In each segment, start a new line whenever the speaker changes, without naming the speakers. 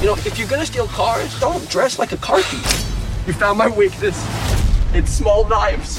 You know, if you're gonna steal cars, don't dress like a car thief. You found my weakness. It's small knives.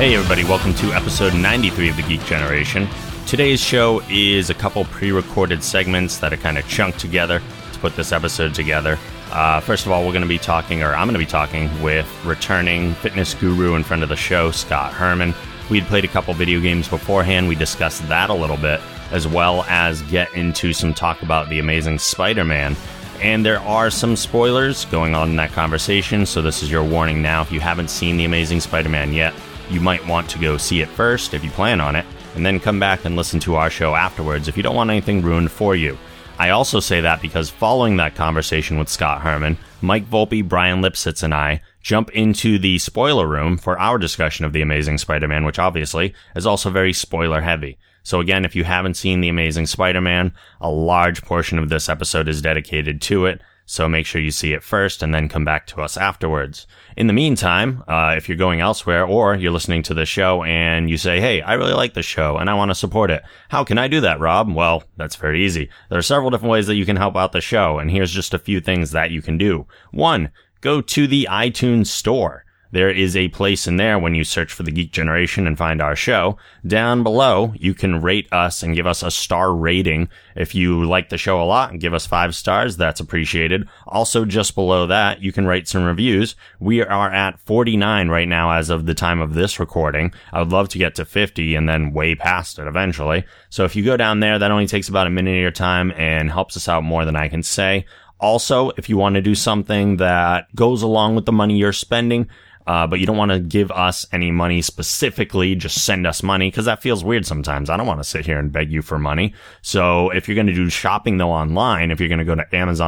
Hey, everybody, welcome to episode 93 of The Geek Generation. Today's show is a couple pre recorded segments that are kind of chunked together to put this episode together. Uh, first of all, we're going to be talking, or I'm going to be talking with returning fitness guru and friend of the show, Scott Herman. We had played a couple video games beforehand, we discussed that a little bit, as well as get into some talk about The Amazing Spider Man. And there are some spoilers going on in that conversation, so this is your warning now. If you haven't seen The Amazing Spider Man yet, you might want to go see it first if you plan on it, and then come back and listen to our show afterwards if you don't want anything ruined for you. I also say that because following that conversation with Scott Herman, Mike Volpe, Brian Lipsitz, and I jump into the spoiler room for our discussion of The Amazing Spider Man, which obviously is also very spoiler heavy. So again, if you haven't seen The Amazing Spider Man, a large portion of this episode is dedicated to it. So make sure you see it first and then come back to us afterwards. In the meantime, uh, if you're going elsewhere or you're listening to the show and you say, Hey, I really like this show and I want to support it. How can I do that, Rob? Well, that's very easy. There are several different ways that you can help out the show. And here's just a few things that you can do. One, go to the iTunes store. There is a place in there when you search for the Geek Generation and find our show. Down below, you can rate us and give us a star rating. If you like the show a lot and give us five stars, that's appreciated. Also, just below that, you can write some reviews. We are at 49 right now as of the time of this recording. I would love to get to 50 and then way past it eventually. So if you go down there, that only takes about a minute of your time and helps us out more than I can say. Also, if you want to do something that goes along with the money you're spending, uh, but you don't want to give us any money specifically. Just send us money because that feels weird sometimes. I don't want to sit here and beg you for money. So if you're going to do shopping though online, if you're going to go to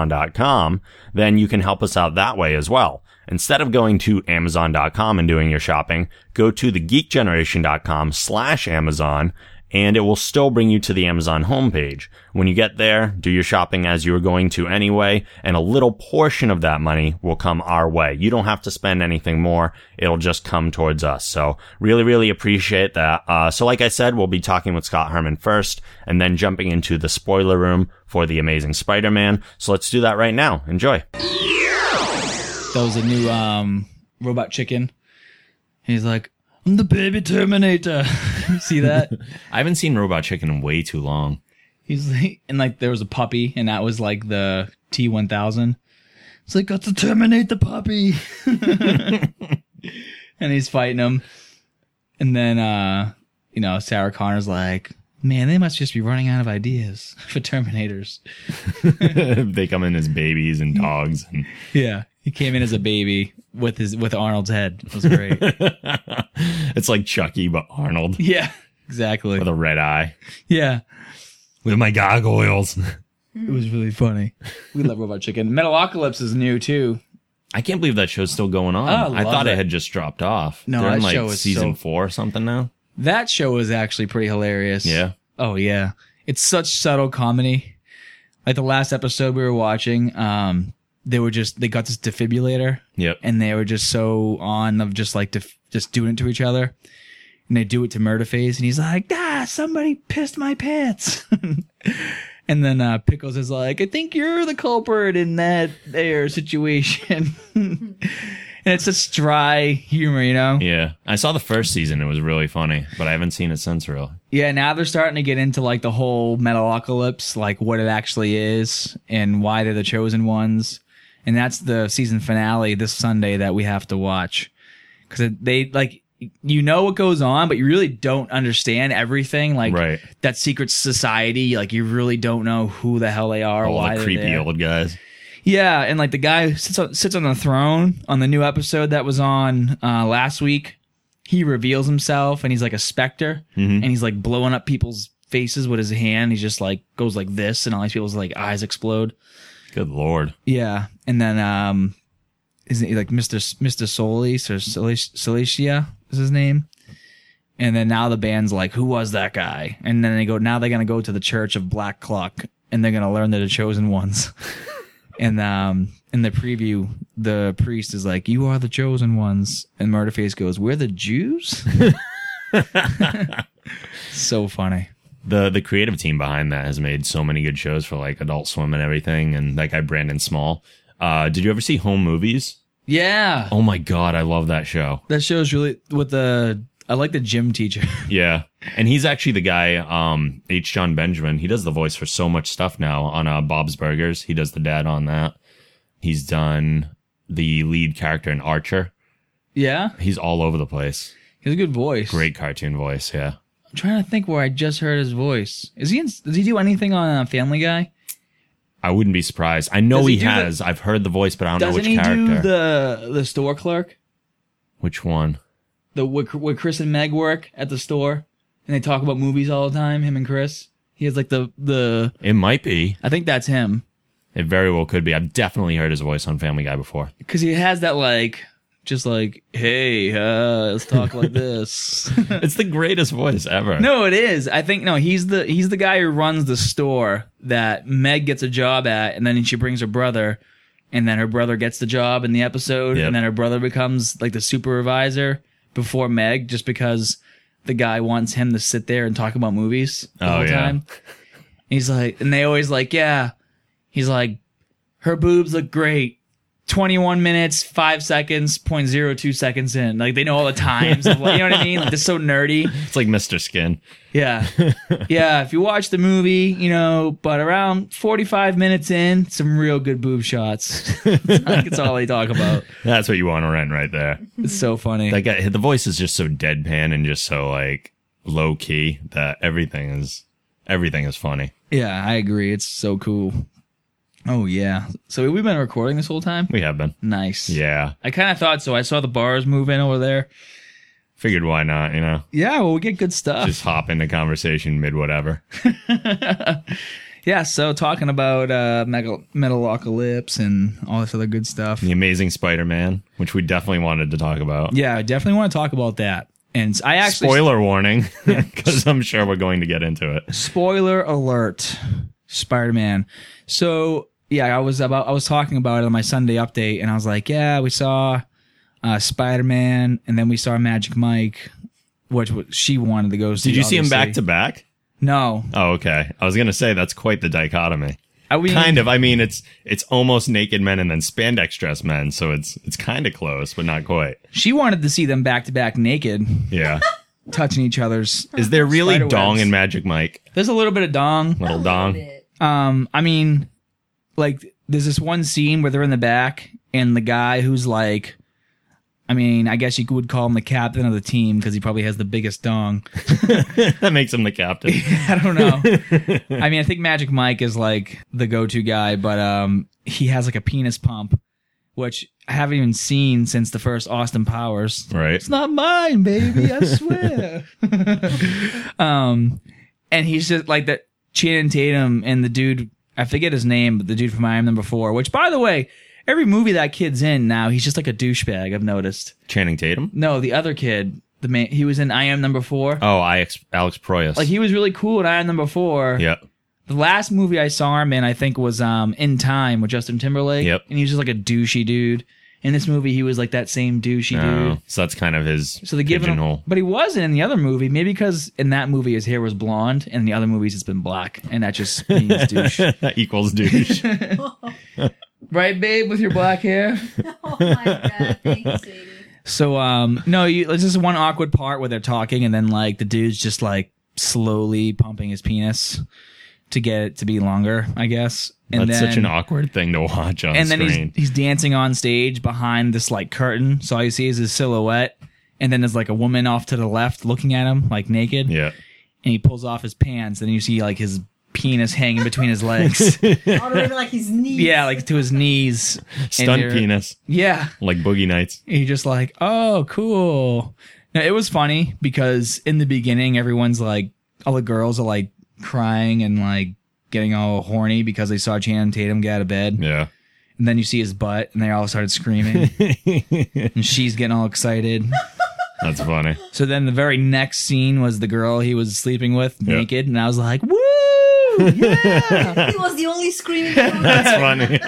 Amazon.com, then you can help us out that way as well. Instead of going to Amazon.com and doing your shopping, go to thegeekgeneration.com slash Amazon and it will still bring you to the Amazon homepage. When you get there, do your shopping as you were going to anyway, and a little portion of that money will come our way. You don't have to spend anything more. It'll just come towards us. So really, really appreciate that. Uh, so like I said, we'll be talking with Scott Herman first and then jumping into the spoiler room for The Amazing Spider-Man. So let's do that right now. Enjoy.
That was a new um, robot chicken. He's like, I'm the baby Terminator. See that?
I haven't seen Robot Chicken in way too long.
He's like, and like there was a puppy, and that was like the T1000. It's like, got to terminate the puppy. and he's fighting him. And then, uh, you know, Sarah Connor's like, man, they must just be running out of ideas for Terminators.
they come in as babies and dogs. And
Yeah. He came in as a baby with his, with Arnold's head. It was great.
it's like Chucky, but Arnold
yeah, exactly.
with a red eye.
Yeah.
With my gargoyles.
It was really funny. We love Robot Chicken. Metalocalypse is new too.
I can't believe that show's still going on.
Oh, I love
I thought
it.
it had just dropped off.
No,
They're in
that
like
show is
season
so-
four or something now.
That show was actually pretty hilarious.
Yeah.
Oh yeah. It's such subtle comedy. Like the last episode we were watching, um, they were just they got this defibrillator
Yep.
and they were just so on of just like def- just doing it to each other. And they do it to Murderface, and he's like, "Ah, somebody pissed my pants." and then uh, Pickles is like, "I think you're the culprit in that there situation." and it's just dry humor, you know.
yeah. I saw the first season. It was really funny, but I haven't seen it since really.
Yeah, now they're starting to get into like the whole metalocalypse, like what it actually is and why they're the chosen ones. And that's the season finale this Sunday that we have to watch. Cause it- they like, you know what goes on, but you really don't understand everything. Like
Right.
that secret society, like you really don't know who the hell they are.
All
why
the
they're
creepy
there.
old guys.
Yeah, and like the guy who sits on, sits on the throne on the new episode that was on uh, last week, he reveals himself and he's like a specter and he's like blowing up people's faces with his hand. He just like goes like this, and all these people's like eyes explode.
Good lord.
Yeah, and then um, isn't he like Mister Mister Solis or Solis- Solicia is his name? And then now the band's like, who was that guy? And then they go. Now they're gonna go to the Church of Black Clock, and they're gonna learn they're the chosen ones. and um, in the preview, the priest is like, "You are the chosen ones," and Murderface goes, "We're the Jews." so funny.
The the creative team behind that has made so many good shows for like Adult Swim and everything and that guy Brandon Small. Uh did you ever see Home Movies?
Yeah.
Oh my god, I love that show.
That show's really with the. I like the gym teacher.
Yeah. And he's actually the guy, um, H. John Benjamin. He does the voice for so much stuff now on uh, Bob's Burgers. He does the dad on that. He's done the lead character in Archer.
yeah,
He's all over the place.
he has a good voice.
Great cartoon voice, yeah.
I'm trying to think where I just heard his voice. Is he? In, does he do anything on uh, Family Guy?
I wouldn't be surprised. I know
Does he
he,
do the-
has. I've heard the voice, but I don't know
Doesn't
which
he
character.
do the the store clerk?
which one?
The where, where Chris and Meg work at the store, and they talk about movies all the time. Him and Chris. He has like the the.
It might be.
I think that's him
It very well could be. I've definitely heard his voice on Family Guy before.
because he has that like just like hey uh, let's talk like this.
It's the greatest voice ever.
No, it is. I think no. He's the he's the guy who runs the store that Meg gets a job at, and then she brings her brother, and then her brother gets the job in the episode,
Yep.
and then her brother becomes like the supervisor before Meg, just because the guy wants him to sit there and talk about movies the
Oh,
whole
yeah.
time. He's like, and they always like, yeah. He's like, her boobs look great. 21 minutes, 5 seconds, 0.02 seconds in. Like, they know all the times. Of, like, you know what I mean? Like, they're so nerdy.
It's like Mr. Skin.
Yeah. yeah. If you watch the movie, you know, but around 45 minutes in, some real good boob shots. That's all they talk about.
That's what you want to rent right there.
It's so funny.
That guy, the voice is just so deadpan and just so like low key that everything is everything is funny.
yeah, I agree. It's so cool. Oh, yeah. So we've been recording this whole time?
We have been.
Nice.
Yeah.
I kind of thought so. I saw the bars move in over there.
Figured why not, you know?
Yeah, well, we get good stuff.
Just hop into conversation mid whatever.
yeah, so talking about uh, Megal- Metalocalypse and all this other good stuff.
The Amazing Spider Man, which we definitely wanted to talk about.
Yeah, I definitely want to talk about that. And I actually
Spoiler warning, because I'm sure we're going to get into it.
spoiler alert spider-man so yeah i was about i was talking about it on my sunday update and i was like yeah we saw uh spider-man and then we saw magic mike which wa- she wanted to go see
Did you see him back to
obviously.
back?
no
Oh, okay. I was gonna say that's quite the dichotomy.
I mean,
Kind of. I mean, it's it's almost naked men and then spandex dress men, so it's it's kind of close, but not quite.
she wanted to see them back to back naked
Yeah.
touching each other's
Is there really
Spider
dong
webs.
in Magic Mike?
there's a little bit of dong
Little
A
dong.
little bit.
Um, I mean, like, there's this one scene where they're in the back, and the guy who's like, I mean, I guess you would call him the captain of the team because he probably has the biggest dong.
that makes him the captain.
I don't know. I mean, I think Magic Mike is like the go-to guy, but um, he has like a penis pump, which I haven't even seen since the first Austin Powers.
Right.
It's not mine, baby. I swear. um, and he's just like that. Channing Tatum and the dude, I forget his name, but the dude from I Am Number Four. Which, by the way, every movie that kid's in now, he's just like a douchebag. I've noticed.
Channing Tatum?
No, the other kid, the man, he was in I Am Number Four.
Oh, I ex- Alex Proyas.
Like he was really cool in I Am Number Four.
Yep.
The last movie I saw him in, I think, was um In Time with Justin Timberlake.
Yep.
And he was just like a douchey dude. In this movie, he was like that same douchey
Oh,
dude.
so that's kind of his
So they give him,
pigeonhole.
but he wasn't in the other movie. Maybe because in that movie his hair was blonde, and in the other movies it's been black, and that just means douche,
That equals douche.
right, babe, with your black hair.
Oh my god, thanks, Sadie.
So, um, no, you, there's just one awkward part where they're talking, and then like the dude's just like slowly pumping his penis to get it to be longer, I guess. And
that's
then,
such an awkward thing to watch on
and then
screen.
he's he's dancing on stage behind this like curtain, so all you see is his silhouette, and then there's like a woman off to the left looking at him like naked.
yeah.
and he pulls off his pants, and you see like his penis hanging between his legs.
All the way to like his knees.
yeah, like to his knees. And
Stunt
you're-
penis.
Yeah,
Like Boogie Nights.
and you're just like, oh, cool. Now it was funny because in the beginning, everyone's like, all the girls are like crying and like getting all horny because they saw Channing Tatum get out of bed.
Yeah.
And then you see his butt, and they all started screaming. and she's getting all excited.
That's funny.
So then the very next scene was the girl he was sleeping with
Yeah.
naked, and I was like, "Woo!" Yeah.
he was the only screaming. That's
That's funny.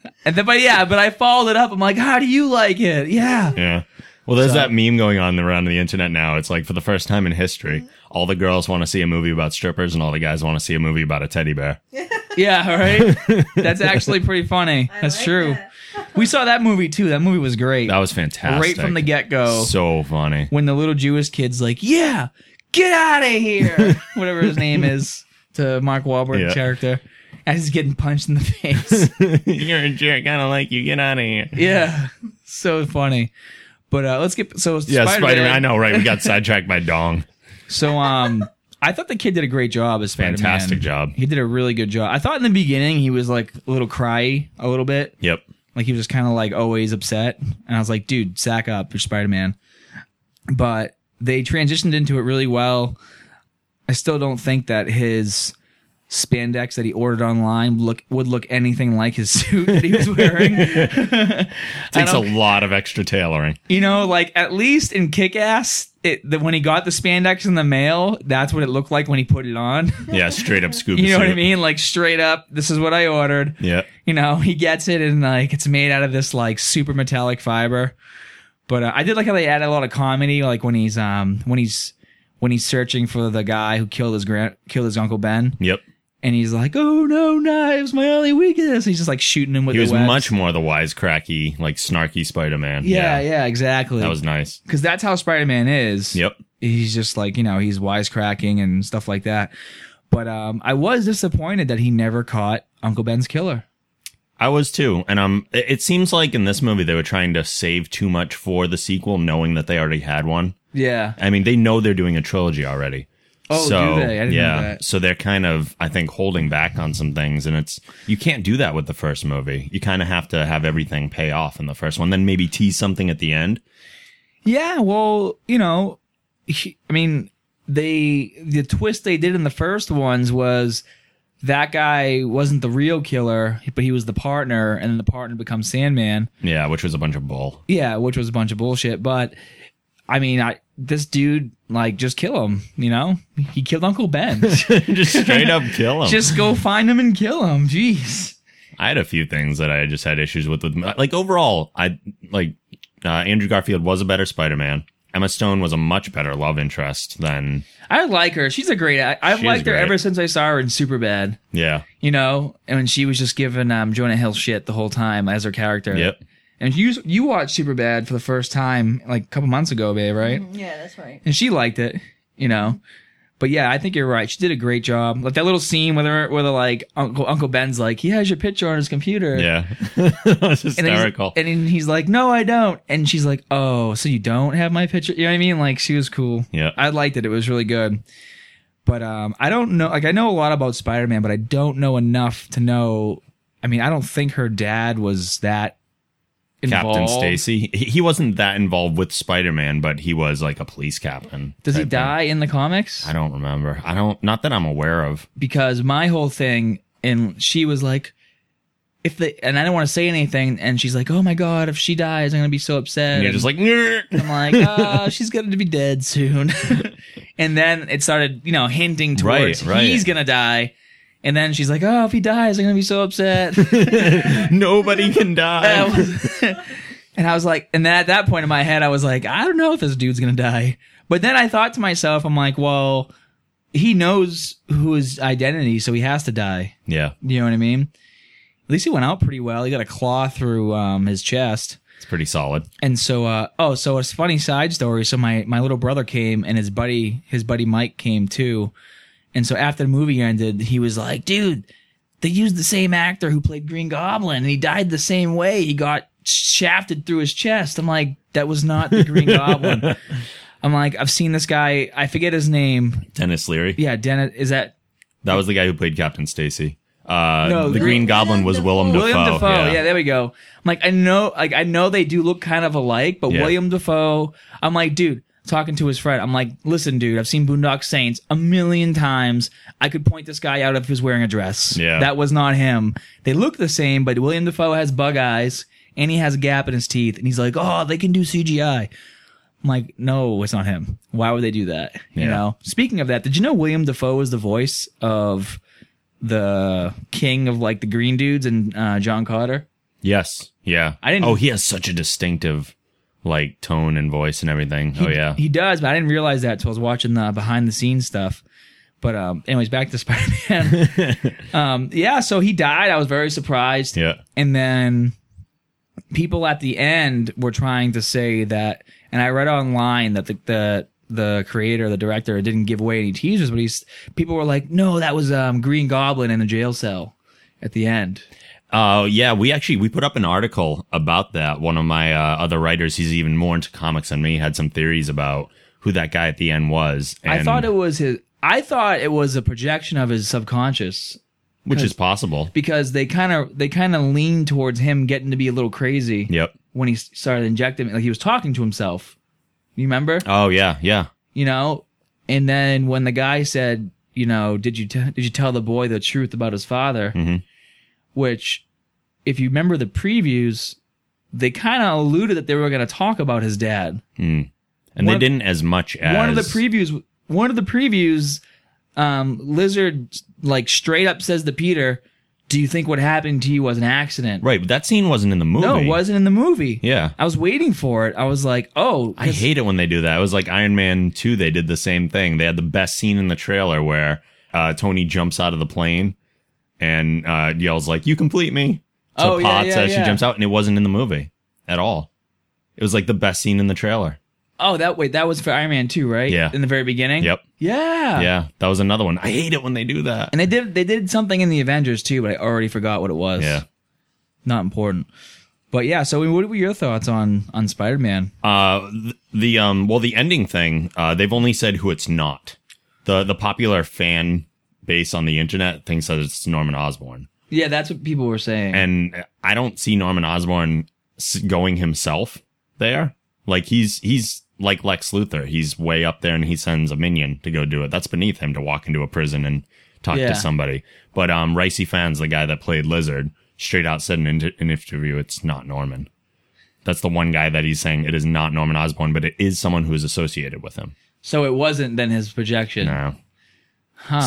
and then, but yeah, but I followed it up. I'm like, "How do you like it?" Yeah.
Yeah. Well, there's
So-
that meme going on around the internet now. It's like for the first time in history, all the girls want to see a movie about strippers and all the guys want to see a movie about a teddy bear.
Yeah, right. That's actually pretty funny. That's
like
true.
that.
We saw that movie too. That movie was great.
That was fantastic.
right from the get go.
So funny.
when the little Jewish kid's like, "Yeah, get out of here," whatever his name is, to Mark Wahlberg
Yeah.
character, as he's getting punched in the face.
You're a jerk. I don't like you. Get out of here.
yeah, so funny. But uh, let's get so
Yeah,
Spider-Man-
Spider Man. I know, right? We got sidetracked by Dong.
So um, I thought the kid did a great job as Spider-Man.
Fantastic job.
He did a really good job. I thought in the beginning he was like a little cryy, a little bit.
Yep.
Like he was just kind of like always upset. And I was like, dude, sack up. You're Spider Man. But they transitioned into it really well. I still don't think that his spandex that he ordered online look would look anything like his suit that he was wearing.
Takes a
don't-
lot of extra tailoring.
you know, like at least in Kick Ass, it, the, when he got the spandex in the mail, that's what it looked like when he put it on.
Yeah, straight up scuba
you know what I
suit.
mean? Like straight up, this is what I ordered.
Yeah.
you know he gets it and like it's made out of this like super metallic fiber but uh, i did like how they added a lot of comedy like when he's um when he's when he's searching for the guy who killed his grand killed his uncle ben
Yep.
and he's like oh no knives my only weakness he's just like shooting him with
He
the
was
webs.
much more the wisecracky, like snarky Spider Man.
yeah, yeah exactly
That was nice.
because that's how spider-man is
Yep.
he's just like you know he's wisecracking and stuff like that but um i was disappointed that he never caught uncle ben's killer
I was too, and um, it it seems like in this movie they were trying to save too much for the sequel, knowing that they already had one.
yeah
I mean, they know they're doing a trilogy already.
Oh, do
so,
they? I didn't know
yeah,
that.
so they're kind of, I think, holding back on some things, and it's you can't do that with the first movie. You kind of have to have everything pay off in the first one, then maybe tease something at the end.
Yeah, well, you know, he- I mean, they the twist they did in the first ones was that guy wasn't the real killer, but he was the partner, and then the partner becomes Sandman.
Yeah, which was a bunch of bull.
Yeah, which was a bunch of bullshit. But I mean, I this dude like just kill him. You know, he killed Uncle Ben.
just straight up kill him.
just go find him and kill him. Jeez.
I had a few things that I just had issues with. With like overall, I like uh, Andrew Garfield was a better Spider-Man. Emma Stone was a much better love interest than
I like her. She's a great. I, I've
She's
liked her
great.
ever since I saw her in Superbad.
yeah.
You know, and when she was just giving um, Jonah Hill shit the whole time as her character.
Yep.
And you you watched Superbad for the first time like a couple months ago, babe, right?
yeah, that's right.
And she liked it, you know. But yeah, I think you're right. She did a great job. Like that little scene where they're, where they're like Uncle Uncle Ben's like he has your picture on his computer.
Yeah. that was
And then, he's,
hysterical.
and then he's like, "No, I don't." And she's like, "Oh, so you don't have my picture?" You know what I mean? Like she was cool.
Yeah.
I liked it. It was really good. But um, I don't know. Like I know a lot about Spider Man, but I don't know enough to know. I mean, I don't think her dad was that
captain
involved.
Stacy. He he wasn't that involved with Spider-Man, but he was like a police captain.
Does he
type thing.
die in the comics?
I don't remember. I don't. Not that I'm aware of.
Because my whole thing, and she was like, if the, and I didn't want to say anything, and she's like, oh my god, if she dies, I'm gonna be so
And
upset.
you're
And
just like, "Nyeh."
I'm like, oh, she's gonna be dead soon. and then it started, you know, hinting towards
Right, right.
he's gonna die. And then she's like, oh, if he dies, I'm gonna be so upset.
nobody can
And I
die.
was- and I was like, and then at that point in my head, I was like, I don't know if this dude's gonna die. But then I thought to myself, I'm like, well, he knows who his identity, so he has to die.
yeah,
You know what I mean? At least he went out pretty well. He got a claw through um, his chest.
it's pretty solid.
And so, uh, oh, so it's a funny side story. So my, my little brother came and his buddy, his buddy Mike came too. And so after the movie ended, he was like, dude, they used the same actor who played Green Goblin and he died the same way. He got shafted through his chest. I'm like, that was not the Green Goblin. I'm like, I've seen this guy. I forget his name.
Dennis Leary.
Yeah. Dennis, is that
That was the guy who played Captain Stacy. Uh,
No,
the Green
Willem
Goblin was
Dafoe.
Willem Dafoe.
William Defoe. Yeah. there we go. I'm like, I know, like, I know they do look kind of alike, but
Yeah.
William Defoe. I'm like, dude, talking to his friend. I'm like, listen, dude, I've seen Boondock Saints a million times. I could point this guy out if he was wearing a dress.
Yeah.
That was not him. They look the same, but William Defoe has bug eyes and he has a gap in his teeth. And he's like, oh, they can do CGI. I'm like, no, it's not him. Why would they do that? You
Yeah.
know? Speaking of that, did you know William Defoe is the voice of the king of like the green dudes and uh, John Carter?
Yes. Yeah.
I didn't-
Oh, he has such a distinctive like tone and voice and everything. oh yeah.
He does, but I didn't realize that until I was watching the behind the scenes stuff. But um, anyways, back to Spider Man. um, yeah, so he died. I was very surprised.
yeah.
And then people at the end were trying to say that, and I read online that the the the creator, the director, didn't give away any teasers, but he's people were like, no, that was um, Green Goblin in the jail cell at the end.
Uh, yeah, we actually we put up an article about that. One of my uh, other writers, he's even more into comics than me, had some theories about who that guy at the end was.
I
and-
thought it was his. I thought it was a projection of his subconscious
which is possible.
because they kind of they kind of leaned towards him getting to be a little crazy
Yep.
when he s- started injecting like he was talking to himself you remember
Oh yeah, yeah,
you know and then when the guy said you know did you t- did you tell the boy the truth about his father
Mhm.
which if you remember the previews they kind of alluded that they were going to talk about his dad
and
One
they
of-
didn't as much as
one of the previews one of the previews um lizard like straight up says to peter do you think what happened to you was an accident
right. But that scene wasn't in the movie.
No, it wasn't in the movie.
Yeah.
I was waiting for it. I was like, oh,
I hate it when they do that. It was like Iron Man 2, they did the same thing. They had the best scene in the trailer where uh, Tony jumps out of the plane and uh, yells like, You complete me. To
Oh, yeah,
Potts
yeah,
as she
yeah.
jumps out, and it wasn't in the movie at all. It was like the best scene in the trailer.
oh, that wait, that was for Iron Man 2, right?
Yeah.
In the very beginning.
Yep.
Yeah.
Yeah, that was another one. I hate it when they do that.
And they did they did something in the Avengers too, but I already forgot what it was.
Yeah.
Not important. But yeah, so what were your thoughts on on Spider Man?
Uh, th- the um, well, the ending thing. Uh, they've only said who it's not. the The popular fan base on the internet thinks that it's Norman Osborn.
Yeah, that's what people were saying.
and I don't see Norman Osborn s- going himself there. Like he's he's like Lex Luthor. He's way up there, and he sends a minion to go do it. That's beneath him to walk into a prison and talk
Yeah.
to somebody. But um, Ricey Fans, the guy that played Lizard, straight out said in an, inter- an interview, "It's not Norman." That's the one guy that he's saying it is not Norman Osborn, but it is someone who is associated with him.
so it wasn't then his projection.
No.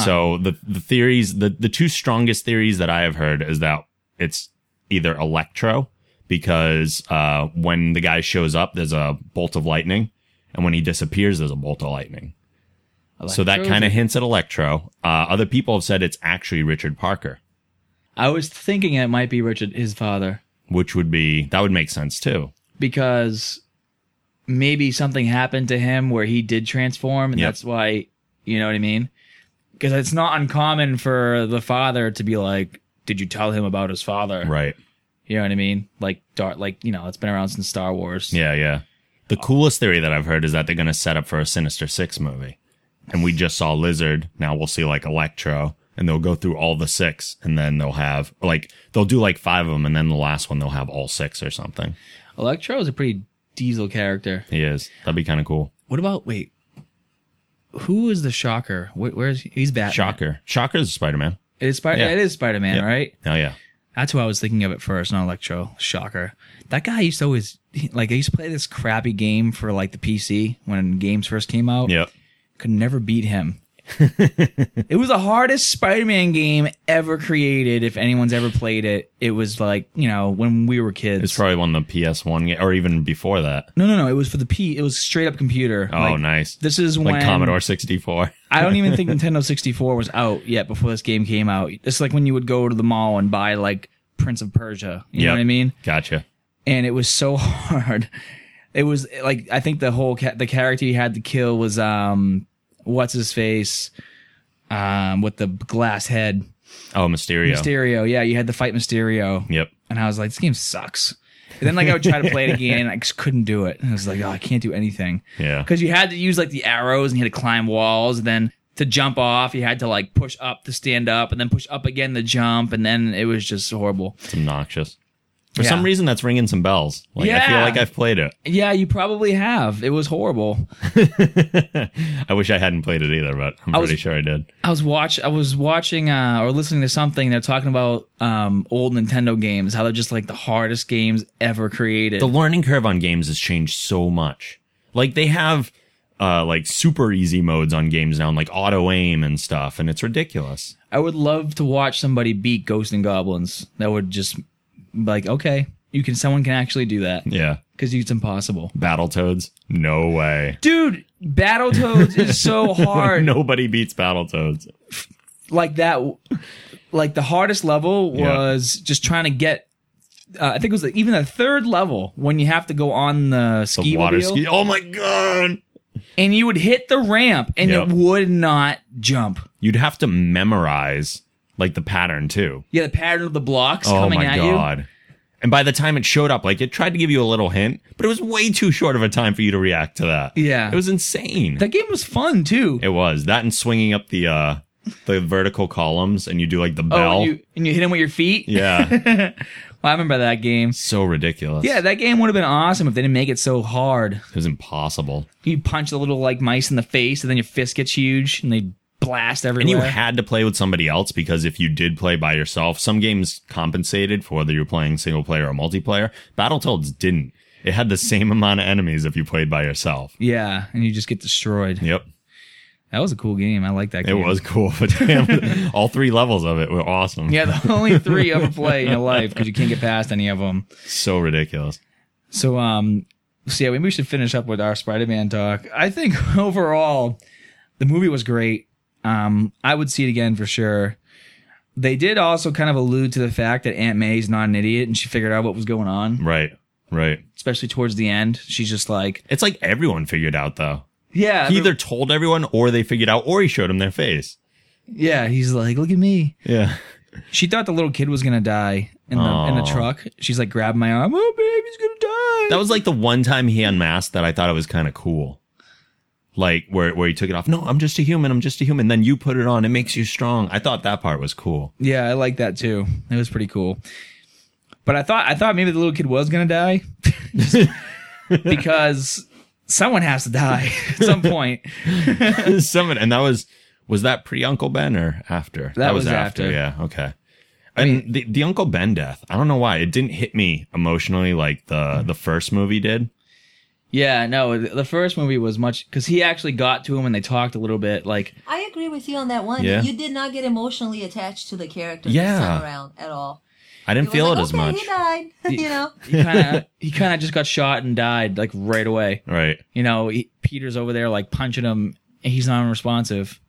So the the theories the the two strongest theories that I have heard is that it's either Electro because uh, when the guy shows up there's a bolt of lightning and when he disappears there's a bolt of lightning. so that
Electro's
kind
a-
of hints at Electro. Uh, other people have said it's actually Richard Parker,
I was thinking it might be Richard his father.
which would be that would make sense too.
because maybe something happened to him where he did transform and
Yep.
that's why you know what i mean because it's not uncommon for the father to be like did you tell him about his father
Right.
you know what i mean like dark like you know it's been around since star wars
Yeah, yeah. The coolest theory that I've heard is that they're going to set up for a Sinister Six movie. And we just saw Lizard. Now we'll see like Electro. And they'll go through all the six. And then they'll have, like, they'll do like five of them. And then the last one, they'll have all six or something.
electro is a pretty diesel character
He is. That'd be kind of cool.
what about wait who is the shocker Wh- where's he? he's batman
Shocker. Shocker's Spider Man.
it is, Spider-
Yeah.
it is spider-man
Yep.
right
Oh, yeah.
That's who I was thinking of at first, not Electro. Shocker. That guy used to always, like, I used to play this crappy game for, like, the PC when games first came out.
Yep.
Could never beat him. it was the hardest Spider Man game ever created. If anyone's ever played it, it was like, you know, when we were kids.
It's probably one of the PS1 ga- or even before that.
no, no, no. It was for the P. It was straight up computer.
Oh,
Like,
nice.
This is
like
when
Commodore 64.
I don't even think Nintendo 64 was out yet before this game came out. It's like when you would go to the mall and buy, like, Prince of Persia. You know
Yep.
what I mean?
Gotcha.
and it was so hard. It was like I think the whole ca- the character you had to kill was um what's his face um with the glass head
Oh, Mysterio.
Mysterio. Yeah, you had to fight Mysterio,
Yep.
and I was like, this game sucks. And then like I would try to play it again, and I just couldn't do it. And I was like, oh, I can't do anything.
Yeah.
because you had to use like the arrows, and you had to climb walls, and then. To jump off, you had to like push up to stand up, and then push up again to jump, and then it was just horrible.
It's obnoxious. For
Yeah.
some reason, that's ringing some bells. Like I feel
Yeah.
like I've played it.
Yeah, you probably have. It was horrible.
I wish I hadn't played it either, but I'm
I was-
pretty sure I did.
I was watch I was watching uh, or listening to something. They're talking about um, old Nintendo games, how they're just like the hardest games ever created.
The learning curve on games has changed so much. Like they have uh like super easy modes on games now, and like auto aim and stuff, and it's ridiculous.
I would love to watch somebody beat Ghost and Goblins. That would just be like okay, you can someone can actually do that
Yeah,
because it's impossible.
Battletoads, no way.
Dude, Battletoads is so hard.
Nobody beats Battletoads.
Like that, like the hardest level
Yeah.
was just trying to get. Uh, I think it was even the third level when you have to go on the
The
ski
water
wheel.
ski. Oh my god!
and you would hit the ramp and
Yep.
it would not jump.
You'd have to memorize like the pattern too.
Yeah, the pattern of the blocks
oh
coming
my
at you.
god! And by the time it showed up, like it tried to give you a little hint, but it was way too short of a time for you to react to that.
Yeah.
it was insane.
That game was fun too.
it was that and swinging up the uh the vertical columns, and you do like the bell.
Oh, and you, and you hit him with your feet.
yeah,
Well, I remember that game.
so ridiculous.
Yeah, that game would have been awesome if they didn't make it so hard.
it was impossible.
You punch the little like mice in the face, and then your fist gets huge, and they blast everywhere.
And you had to play with somebody else because if you did play by yourself, some games compensated for whether you're playing single player or multiplayer. Battletoads didn't. It had the same amount of enemies if you played by yourself.
yeah, and you just get destroyed.
Yep.
That was a cool game. I like that
It
game.
was cool, but damn, all three levels of it were awesome.
Yeah, the only three you ever play in your life because you can't get past any of them.
So ridiculous.
So, um, so yeah, maybe we should finish up with our Spider-Man talk. I think overall, the movie was great. Um, I would see it again for sure. They did also kind of allude to the fact that Aunt May's not an idiot and she figured out what was going on,
Right. Right.
especially towards the end. She's just like,
It's like everyone figured out though.
yeah,
He either told everyone or they figured out or he showed them their face.
yeah. He's like, look at me.
Yeah.
She thought the little kid was gonna die in the in the
Aw.
truck. She's like, grab my arm. Oh, baby's gonna die.
That was like the one time he unmasked that I thought it was kind of cool. Like where where he took it off. No, I'm just a human. I'm just a human. Then you put it on. It makes you strong. I thought that part was cool.
Yeah, I like that too. It was pretty cool. But I thought I thought maybe the little kid was gonna die because someone has to die at some point.
Summit, and that was was that pre Uncle Ben or after? That,
was after.
Yeah. Okay. And the, the Uncle Ben death, I don't know why it didn't hit me emotionally like the the first movie did.
Yeah, no, th- the first movie was much because he actually got to him and they talked a little bit. Like,
I agree with you on that one.
Yeah.
You did not get emotionally attached to the character
Yeah.
this time around at all.
I didn't
was
feel
like,
it as
okay,
much.
He died. you know,
he kind of he kind of just got shot and died like right away.
Right.
You know, he, Peter's over there like punching him, and he's not responsive.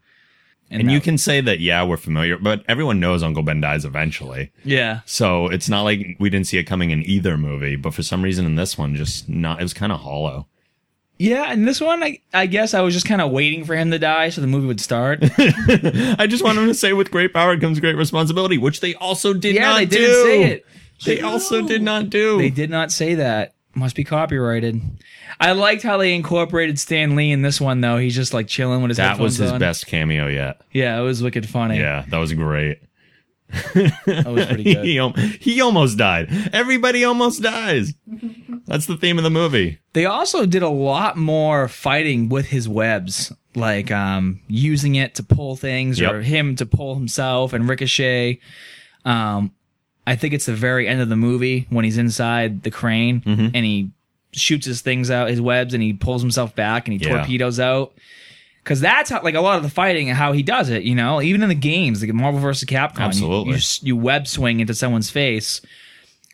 And you
that-
can say that yeah, we're familiar, but everyone knows Uncle Ben dies eventually.
yeah,
So it's not like we didn't see it coming in either movie, but for some reason in this one, just not. It was kind of hollow.
yeah. And this one, I I guess I was just kind of waiting for him to die so the movie would start.
I just wanted to say, with great power comes great responsibility, which they also did
yeah,
not
they
do.
didn't say it.
They also did not do.
They did not say that. Must be copyrighted. I liked how they incorporated Stan Lee in this one though. He's just like chilling with his
That was
headphones
his
on.
best cameo yet.
Yeah, it was wicked funny.
Yeah, that was great.
That was pretty good.
he, al- he almost died. Everybody almost dies. That's the theme of the movie.
they also did a lot more fighting with his webs, like um using it to pull things or
Yep.
him to pull himself and ricochet. Um I think it's the very end of the movie when he's inside the crane
Mm-hmm.
and he shoots his things out, his webs, and he pulls himself back and he
Yeah.
torpedoes out. Cause that's how, like a lot of the fighting and how he does it, you know, even in the games, like Marvel vs. Capcom, you-
Absolutely.
you, s- you web swing into someone's face.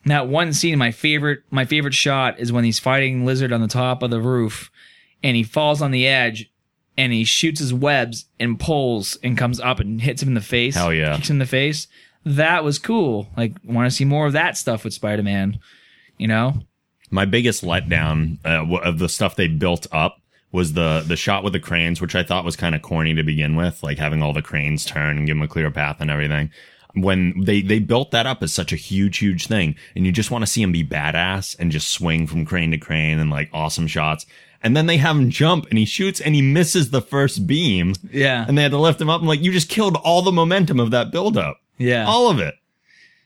And That one scene, my favorite, my favorite shot is when he's fighting Lizard on the top of the roof and he falls on the edge and he shoots his webs and pulls and comes up and hits him in the face.
Hell yeah.
Kicks him in the face. That was cool. Like, want to see more of that stuff with Spider-Man, you know?
my biggest letdown uh, w- of the stuff they built up was the the shot with the cranes, which I thought was kind of corny to begin with, like having all the cranes turn and give them a clear path and everything. When they they built that up as such a huge huge thing, and you just want to see him be badass and just swing from crane to crane and like awesome shots. And then they have him jump and he shoots and he misses the first beam.
Yeah.
And they had to lift him up and like you just killed all the momentum of that build up.
Yeah.
All of it.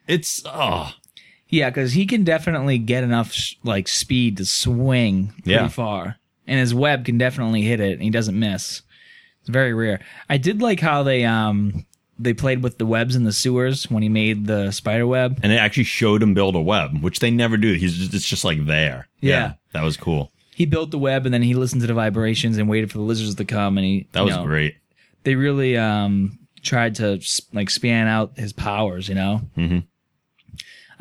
It's oh
Yeah, because he can definitely get enough sh- like speed to swing pretty
Yeah.
far, and his web can definitely hit it, and he doesn't miss. It's very rare. I did like how they um they played with the webs in the sewers when he made the spider web.
and it actually showed him build a web, which they never do. He's just, it's just like there.
Yeah.
that was cool.
He built the web, and then he listened to the vibrations and waited for the lizards to come, and he
That
you
was
know,
great.
They really um tried to s- like span out his powers, you know. Mm-hmm.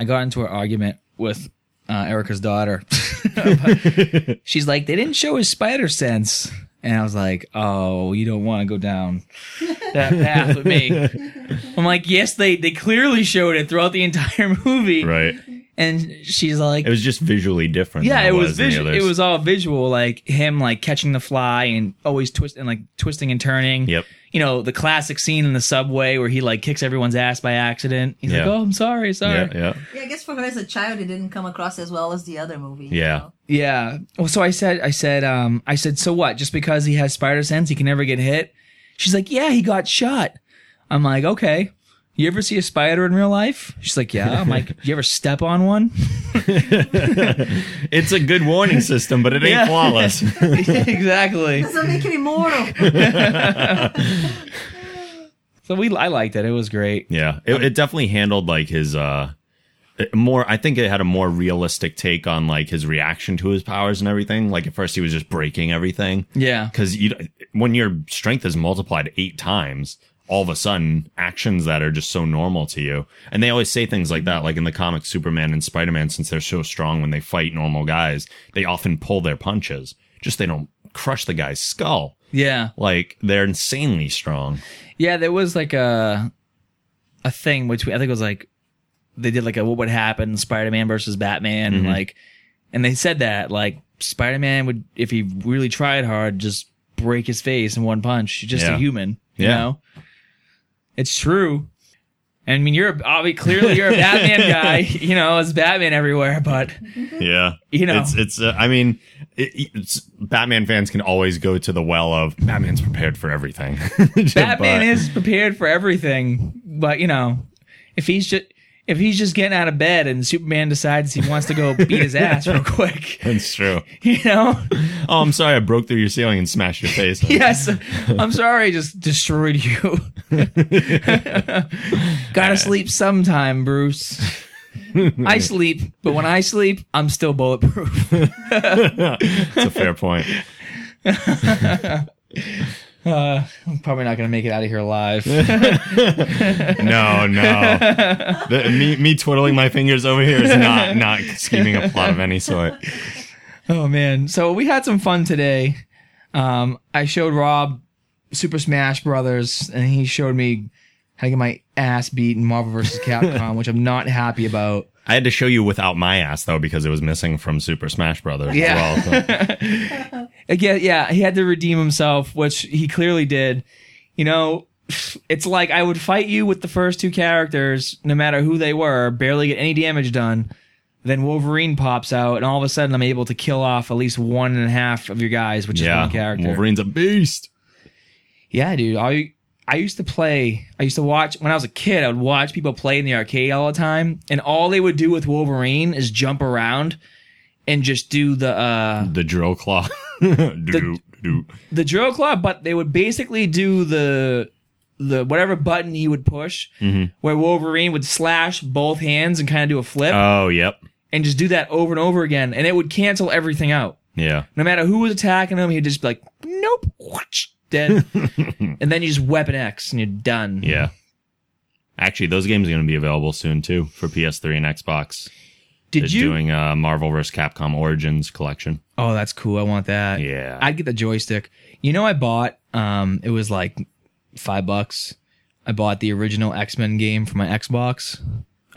I got into an argument with uh, Erica's daughter. She's like, they didn't show his spider sense. And I was like, oh, you don't want to go down that path with me. I'm like, yes, they, they clearly showed it throughout the entire movie.
Right.
And she's like,
It was just visually different.
yeah,
than
it
it
was
in the
visual.
others.
It was all visual, like him like catching the fly and always twist and like twisting and turning.
Yep.
You know the classic scene in the subway where he like kicks everyone's ass by accident. He's like,
Yeah.
"Oh, I'm sorry, sorry."
Yeah, yeah.
Yeah, I guess for her as a child, it didn't come across as well as the other movie. you
Yeah.
know?
Yeah. Well, so I said, I said, um, I said, so what? Just because he has spider sense, he can never get hit. She's like, yeah, he got shot. I'm like, okay. You ever see a spider in real life? She's like, yeah. I'm like, you ever step on one?
It's a good warning system, but it ain't
Yeah.
flawless.
exactly.
Doesn't make him immortal.
So we, I liked it. It was great.
yeah, it, it definitely handled like his uh it- more. I think it had a more realistic take on like his reaction to his powers and everything. Like at first, he was just breaking everything.
Yeah.
because you when your strength is multiplied eight times all of a sudden actions that are just so normal to you and they always say things like that like in the comics superman and spider-man since they're so strong when they fight normal guys they often pull their punches just they don't crush the guy's skull
Yeah.
like they're insanely strong
Yeah, there was like a a thing which I think it was like they did like a what would happen Spider Man versus Batman
Mm-hmm.
and like and they said that like Spider Man would if he really tried hard just break his face in one punch. He's just a
Yeah.
human, you
Yeah.
know. It's true. I mean, you're a- obvi- clearly you're a Batman guy. You know, it's Batman everywhere, but
yeah
You know.
it's it's uh, i mean it, it's batman fans can always go to the well of batman's prepared for everything
Batman is prepared for everything, but you know, if he's just if he's just getting out of bed and Superman decides he wants to go beat his ass real quick,
it's true
you know,
oh i'm sorry i broke through your ceiling and smashed your face
yes, I'm sorry, I just destroyed you. Gotta sleep sometime, Bruce. I sleep, but when I sleep, I'm still bulletproof.
It's a fair point.
I'm probably not gonna make it out of here alive.
No, no. The- me, me twiddling my fingers over here is not not scheming a plot of any sort.
Oh man! So we had some fun today. Um, I showed Rob Super Smash Brothers, and he showed me how to get my ass beat in Marvel vs. Capcom, which I'm not happy about.
I had to show you without my ass though because it was missing from Super Smash Brothers
Yeah.
as well. so-
Again, yeah, he had to redeem himself, which he clearly did. You know, it's like I would fight you with the first two characters, no matter who they were, barely get any damage done. Then Wolverine pops out, and all of a sudden I'm able to kill off at least one and a half of your guys, which is one
yeah,
character.
Wolverine's a beast.
Yeah, dude. I I used to play. I used to watch when I was a kid. I would watch people play in the arcade all the time, and all they would do with Wolverine is jump around and just do the uh
The drill claw. Do-do, do-do.
the drill claw. But they would basically do the the whatever button he would push,
Mm-hmm.
where Wolverine would slash both hands and kind of do a flip,
Oh, yep.
and just do that over and over again, and it would cancel everything out.
Yeah.
No matter who was attacking him, he'd just be like, "Nope, dead," and then you just weapon X and you're done.
Yeah. Actually, those games are going to be available soon too for PS3 and Xbox.
Did
They're
you?
doing a Marvel vs. Capcom Origins collection.
Oh, that's cool. I want that.
Yeah.
I'd get the joystick. You know, I bought, um, it was like five bucks. I bought the original X Men game for my Xbox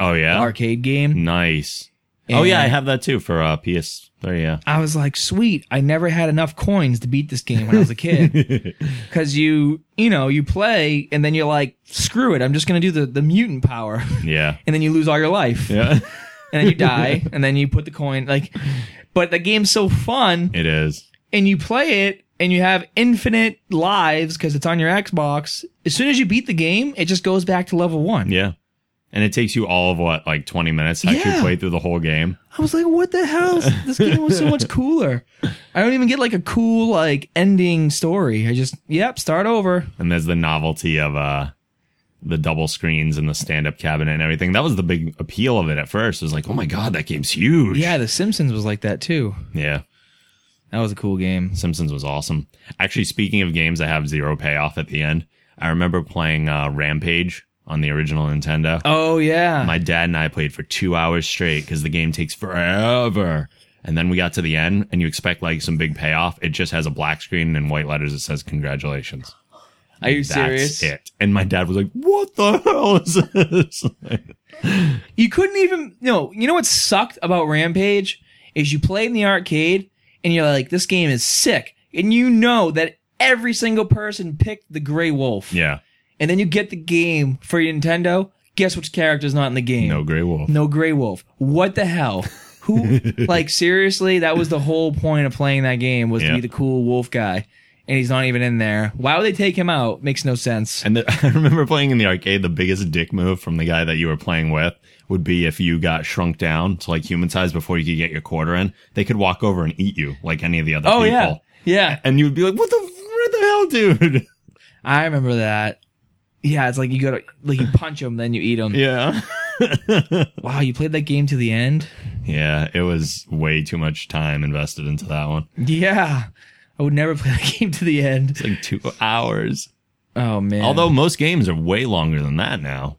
Oh yeah.
arcade game.
Nice. oh yeah, I
And-
have that too for uh, PS3. Yeah.
I was like, sweet. I never had enough coins to beat this game when I was a kid. Cause you, you know, you play and then you're like, screw it. I'm just going to do the, the mutant power.
Yeah.
and then you lose all your life.
Yeah.
And then you die. and then you put the coin, like, but the game's so fun.
It is.
and you play it and you have infinite lives because it's on your Xbox. As soon as you beat the game, it just goes back to level one.
Yeah. and it takes you all of what like 20 minutes to actually
Yeah.
play through the whole game.
I was like, what the hell? This game was so much cooler. I don't even get like a cool like ending story. I just yep, start over.
And there's the novelty of uh the double screens and the stand-up cabinet and everything. That was the big appeal of it at first. It was like, "Oh my god, that game's huge."
Yeah, The Simpsons was like that too.
Yeah.
That was a cool game.
Simpsons was awesome. Actually, speaking of games that have zero payoff at the end, I remember playing uh, Rampage on the original Nintendo.
Oh yeah.
My dad and I played for two hours straight because the game takes forever. And then we got to the end, and you expect like some big payoff. It just has a black screen and white letters that says "Congratulations."
Are you
That's
serious?
it. And my dad was like, "What the hell is this?"
You couldn't even no, you know what sucked about Rampage is you played in the arcade and you're like, this game is sick. And you know that every single person picked the Grey Wolf.
yeah,
And then you get the game for your Nintendo. Guess which character's not in the game?
no gray wolf.
No Grey Wolf. What the hell? Who like seriously, that was the whole point of playing that game was to
Yeah.
be the cool wolf guy. And he's not even in there. Why would they take him out? Makes no sense.
And the, I remember playing in the arcade, the biggest dick move from the guy that you were playing with would be if you got shrunk down to like human size before you could get your quarter in, they could walk over and eat you like any of the other
Oh
people.
yeah. Yeah.
And you would be like, what the, what the hell, dude?
I remember that. Yeah, it's like you gotta like you punch them, then you eat them.
Yeah.
Wow, you played that game to the end.
Yeah. It was way too much time invested into that one.
Yeah, I would never play that game to the end.
It's like two hours.
Oh man.
Although most games are way longer than that now.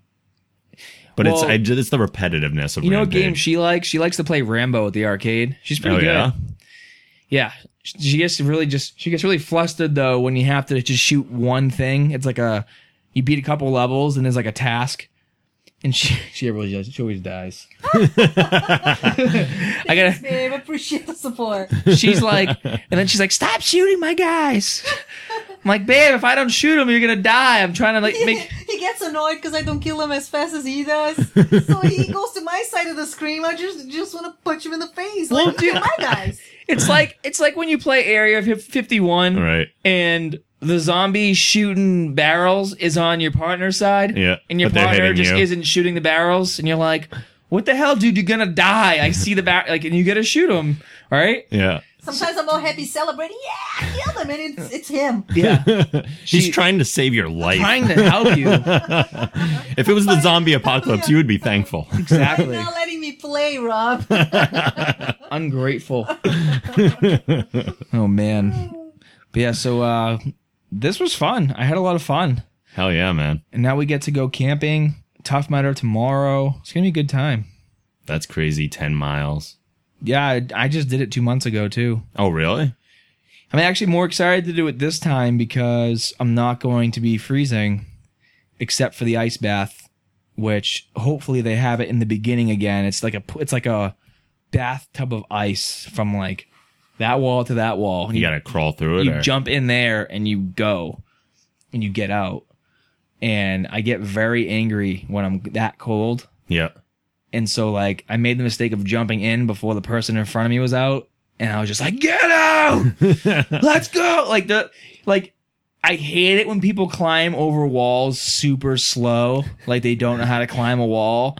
But it's,
Well-
I, it's the repetitiveness of
you know what
Rampage.
game she likes? She likes to play Rambo at the arcade. She's pretty
Oh,
good.
yeah?
Yeah. She gets really just she gets really flustered though when you have to just shoot one thing. It's like a you beat a couple levels and there's like a task. And she she always she always dies. I gotta
Babe, appreciate the support.
She's like, and then she's like, stop shooting my guys. I'm like, babe, if I don't shoot him, you're gonna die. I'm trying to like make.
he gets annoyed because I don't kill him as fast as he does. so he goes to my side of the screen. I just just want to punch him in the face. Like,
dude.
kill my guys.
It's like it's like when you play Area Fif- 51,
Right.
and the zombie shooting barrels is on your partner's side,
Yeah,
and your
but they're
partner
hitting
just
you.
isn't shooting the barrels, and you're like, what the hell, dude? You're gonna die. I see the bar, like, and you gotta shoot him, all right?
Yeah.
Sometimes I'm all happy celebrating. Yeah, I killed him, and it's it's him.
Yeah,
She's
She-
trying to save your life.
trying to help you.
If it was the zombie apocalypse, you would be thankful.
You're
Exactly.
not letting me play, Rob.
ungrateful. oh man. But yeah, so uh this was fun. I had a lot of fun.
Hell yeah, man.
And now we get to go camping. Tough matter tomorrow. It's gonna be a good time.
That's crazy. 10 miles.
Yeah, I, I just did it two months ago too.
Oh, really?
I'm actually more excited to do it this time because I'm not going to be freezing, except for the ice bath, which hopefully they have it in the beginning again. It's like a it's like a bathtub of ice from like that wall to that wall.
You got to crawl through it.
you
or-
jump in there and you go and you get out and i get very angry when i'm that cold
Yeah.
and so like i made the mistake of jumping in before the person in front of me was out and i was just like get out let's go like the like i hate it when people climb over walls super slow like they don't know how to climb a wall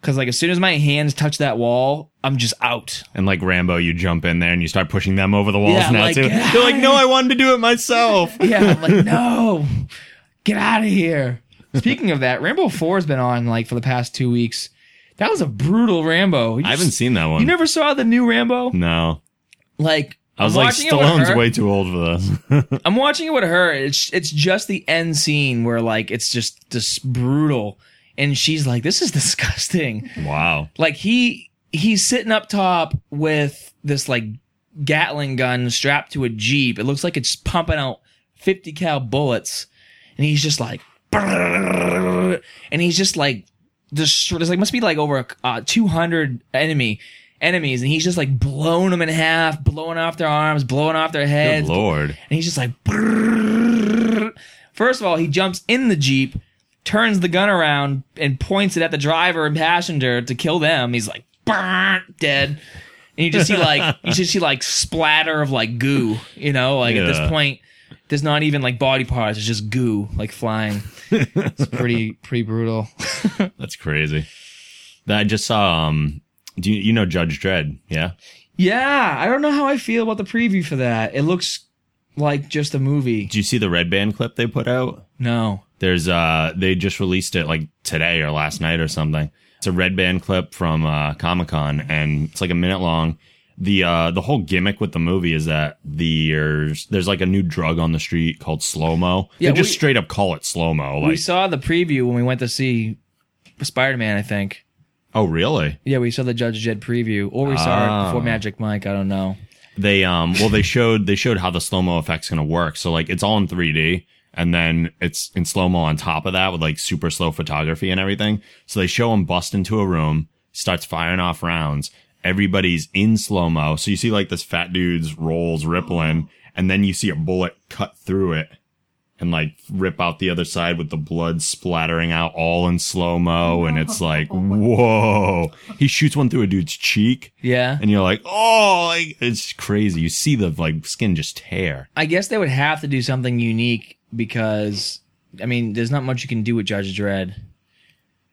because like as soon as my hands touch that wall i'm just out
And like Rambo, you jump in there and you start pushing them over the walls
Yeah,
now,
like,
too.
"Get
They're like, no, I wanted to do it myself.
Yeah, I'm like, no, get out of here. Speaking of that, Rambo 4 has been on like for the past two weeks. That was a brutal Rambo. You
I haven't
just-
seen that one.
You never saw the new Rambo?
no.
Like,
I was
am
like,
watching it with
Stallone's
her.
way too old for this.
I'm watching it with her. It's it's just the end scene where like it's just this brutal, and she's like, "This is disgusting."
wow.
like he he's sitting up top with this like gatling gun strapped to a jeep it looks like it's pumping out 50 cal bullets and he's just like and he's just like destroy- there's like must be like over uh, 200 enemy enemies and he's just like blowing them in half blowing off their arms blowing off their
Good
heads
Lord.
and he's just like "Brrrr." first of all he jumps in the jeep turns the gun around and points it at the driver and passenger to kill them he's like "Brrrr," dead and you just see like you just see like splatter of like goo you know like
Yeah.
at this point there's not even like body parts it's just goo like flying it's pretty pretty brutal
That's crazy. I just saw. Um, do you, you know Judge Dredd? Yeah.
Yeah, I don't know how I feel about the preview for that. It looks like just a movie.
Did you see the Red Band clip they put out?
No.
There's uh, they just released it like today or last night or something. It's a Red Band clip from uh, Comic Con, and it's like a minute long. The uh, the whole gimmick with the movie is that there's there's like a new drug on the street called slow mo.
Yeah,
they just
we-
straight up call it slow mo.
we
Like,
saw the preview when we went to see Spider Man, I think.
oh really?
Yeah, we saw the Judge Jed preview, or we saw it
Ah.
before Magic Mike. I don't know.
they um well they showed they showed how the slow mo effect's gonna work. So like it's all in 3D and then it's in slow mo on top of that with like super slow photography and everything. So they show him bust into a room, starts firing off rounds. Everybody's in slow mo, so you see like this fat dude's rolls rippling, and then you see a bullet cut through it and like rip out the other side with the blood splattering out all in slow mo, and it's like whoa. He shoots one through a dude's cheek
Yeah.
and you're like, oh, like, it's crazy. You see the like skin just tear.
I guess they would have to do something unique because, I mean, there's not much you can do with Judge Dredd.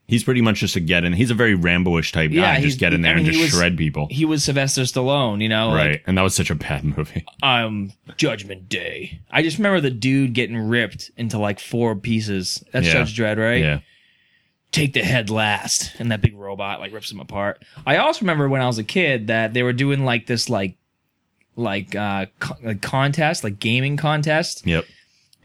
He's pretty much just a get in. He's a very Rambo-ish type
Yeah,
guy.
he's-
Just get in there
I mean,
and
he
just
was-
shred people.
He was Sylvester Stallone, you know?
right.
Like,
and that was such a bad movie.
um, Judgment Day. I just remember the dude getting ripped into like four pieces. That's
Yeah.
Judge Dredd, right?
Yeah.
take the head last and that big robot like rips him apart i also remember when i was a kid that they were doing like this like like uh co- like contest like gaming contest
Yep.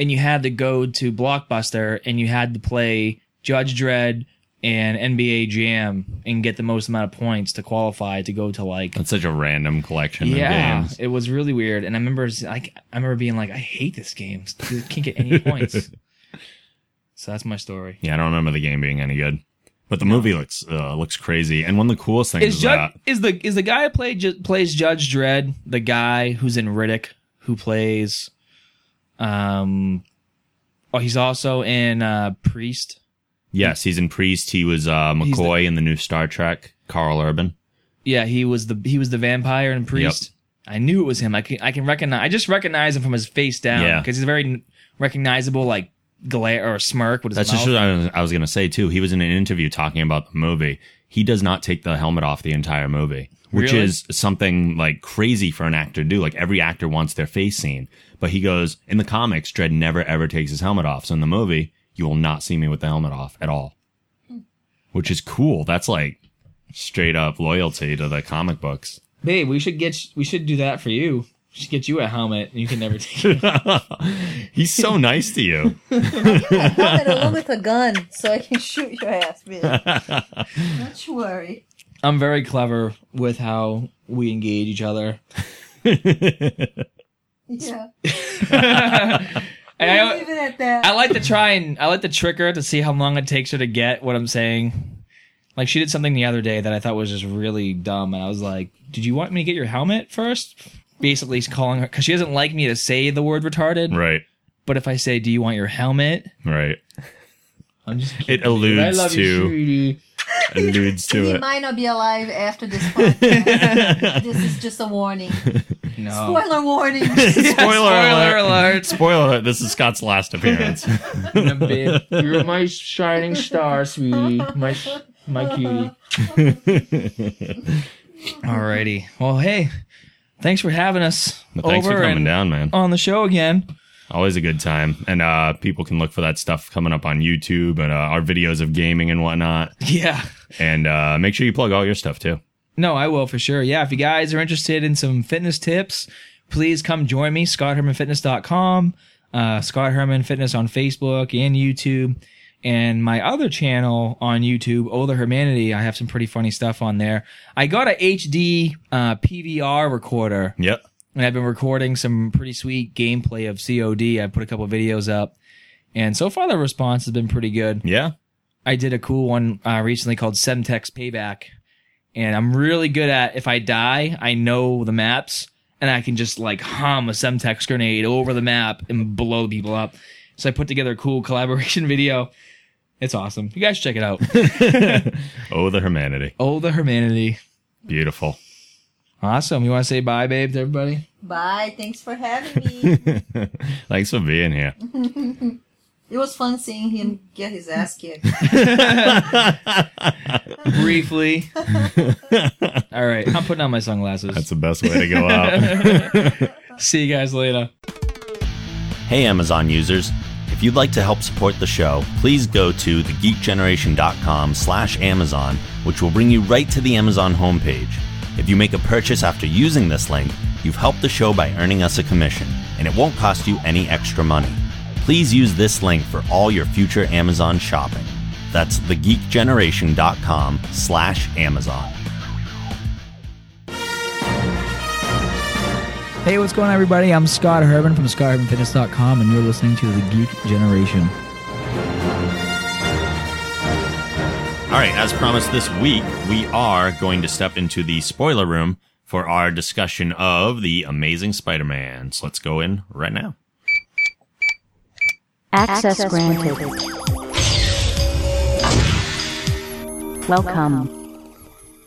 and you had to go to blockbuster and you had to play judge dredd and nba jam and get the most amount of points to qualify to go to like
That's such a random collection of
yeah
games.
it was really weird and i remember like i remember being like i hate this game it can't get any points so that's my story
Yeah, I don't remember the game being any good. But the movie looks uh, looks crazy. And one of the coolest things is,
Is Judge
that
is the is the guy who played ju- plays Judge Dredd the guy who's in Riddick who plays, um, oh he's also in uh Priest.
yes, he's in Priest. He was uh,
He's the-
McCoy in the new Star Trek. Carl Urban.
Yeah, he was the he was the vampire in Priest. I knew it was him. I can I can recognize I just recognize him from his face down
Yeah.
because he's a very recognizable like glare or smirk with his
That's just
mouth.
what I was, I was going to say too. He was in an interview talking about the movie. He does not take the helmet off the entire movie, which
Really?
is something like crazy for an actor to do. Like every actor wants their face seen, but he goes in the comics. Dredd never ever takes his helmet off. So in the movie, you will not see me with the helmet off at all, which is cool. That's like straight up loyalty to the comic books.
Babe, we should get we should do that for you. We should get you a helmet and you can never take it.
He's so nice to you.
Woman along with a gun, so I can shoot your ass, bitch. Don't you worry.
I'm very clever with how we engage each other.
Yeah.
And I-
leave it at that.
I like to try and I like to trick her to see how long it takes her to get what I'm saying. Like she did something the other day that I thought was just really dumb, and I was like, "Did you want me to get your helmet first? Basically, she's calling her because she doesn't like me to say the word retarded.
right.
But if I say, "Do you want your helmet?"
Right.
I'm just kidding.
It alludes
I love you,
to
sweetie.
alludes
he
to it.
might not be alive after this podcast. this is just a warning.
No.
Spoiler warning.
Spoiler alert!
Spoiler alert, this is Scott's last appearance.
Babe, You're my shining star, sweetie. My sh- my cutie. Alrighty. Well, hey, thanks for having us.
Thanks
over
for coming
and-
down, man.
on the show again.
Always a good time. And uh, people can look for that stuff coming up on YouTube and uh, our videos of gaming and whatnot.
Yeah.
And uh, make sure you plug all your stuff too.
No, I will for sure. Yeah. If you guys are interested in some fitness tips, please come join me, scotthermanfitness.com, uh, Scott Herman Fitness on Facebook and YouTube. And my other channel on YouTube, Oh the Hermanity, I have some pretty funny stuff on there. I got a HD uh, PVR recorder.
Yep.
and I've been recording some pretty sweet gameplay of COD. I put a couple videos up, and so far the response has been pretty good.
Yeah.
I did a cool one uh, recently called Semtex Payback, and I'm really good at if I die, I know the maps, and I can just like hum a Semtex grenade over the map and blow people up. So I put together a cool collaboration video. It's awesome. You guys should check it out.
Oh, the humanity.
oh, the humanity.
Beautiful.
Awesome. You want to say bye, babe, to everybody?
Bye. Thanks for having me.
Thanks for being here.
It was fun seeing him get his ass kicked.
Briefly. All right, I'm putting on my sunglasses.
That's the best way to go out.
See you guys later.
Hey, Amazon users. If you'd like to help support the show, please go to thegeekgeneration.com slash Amazon, which will bring you right to the Amazon homepage. If you make a purchase after using this link, you've helped the show by earning us a commission, and it won't cost you any extra money. Please use this link for all your future Amazon shopping. That's thegeekgeneration.com slash Amazon.
Hey, what's going on, everybody? I'm Scott Herman from ScottHermanFitness.com, and you're listening to The Geek Generation.
All right, as promised this week, we are going to step into the spoiler room for our discussion of The Amazing Spider Man. So let's go in right now.
Access, granted. Welcome.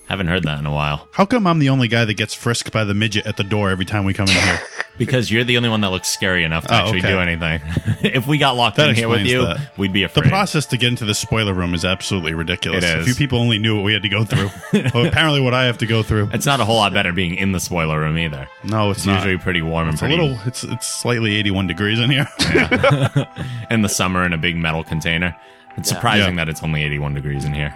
Haven't heard that in a while.
How come I'm the only guy that gets frisked by the midget at the door every time we come in here?
Because you're the only one that looks scary enough to
Oh,
actually
okay.
do anything. if we got locked
That
in here with
explains
you,
that.
we'd be
The
afraid.
process to get into the spoiler room is absolutely ridiculous.
It is.
If you people only knew what we had to go through. well, apparently, what I have to go through.
it's not a whole lot better being in the spoiler room either.
No, it's,
It's
not.
usually pretty warm and
it's a
pretty
little. It's it's slightly 81 degrees in here.
in the summer in a big metal container. It's surprising
Yeah.
that it's only 81 degrees in here.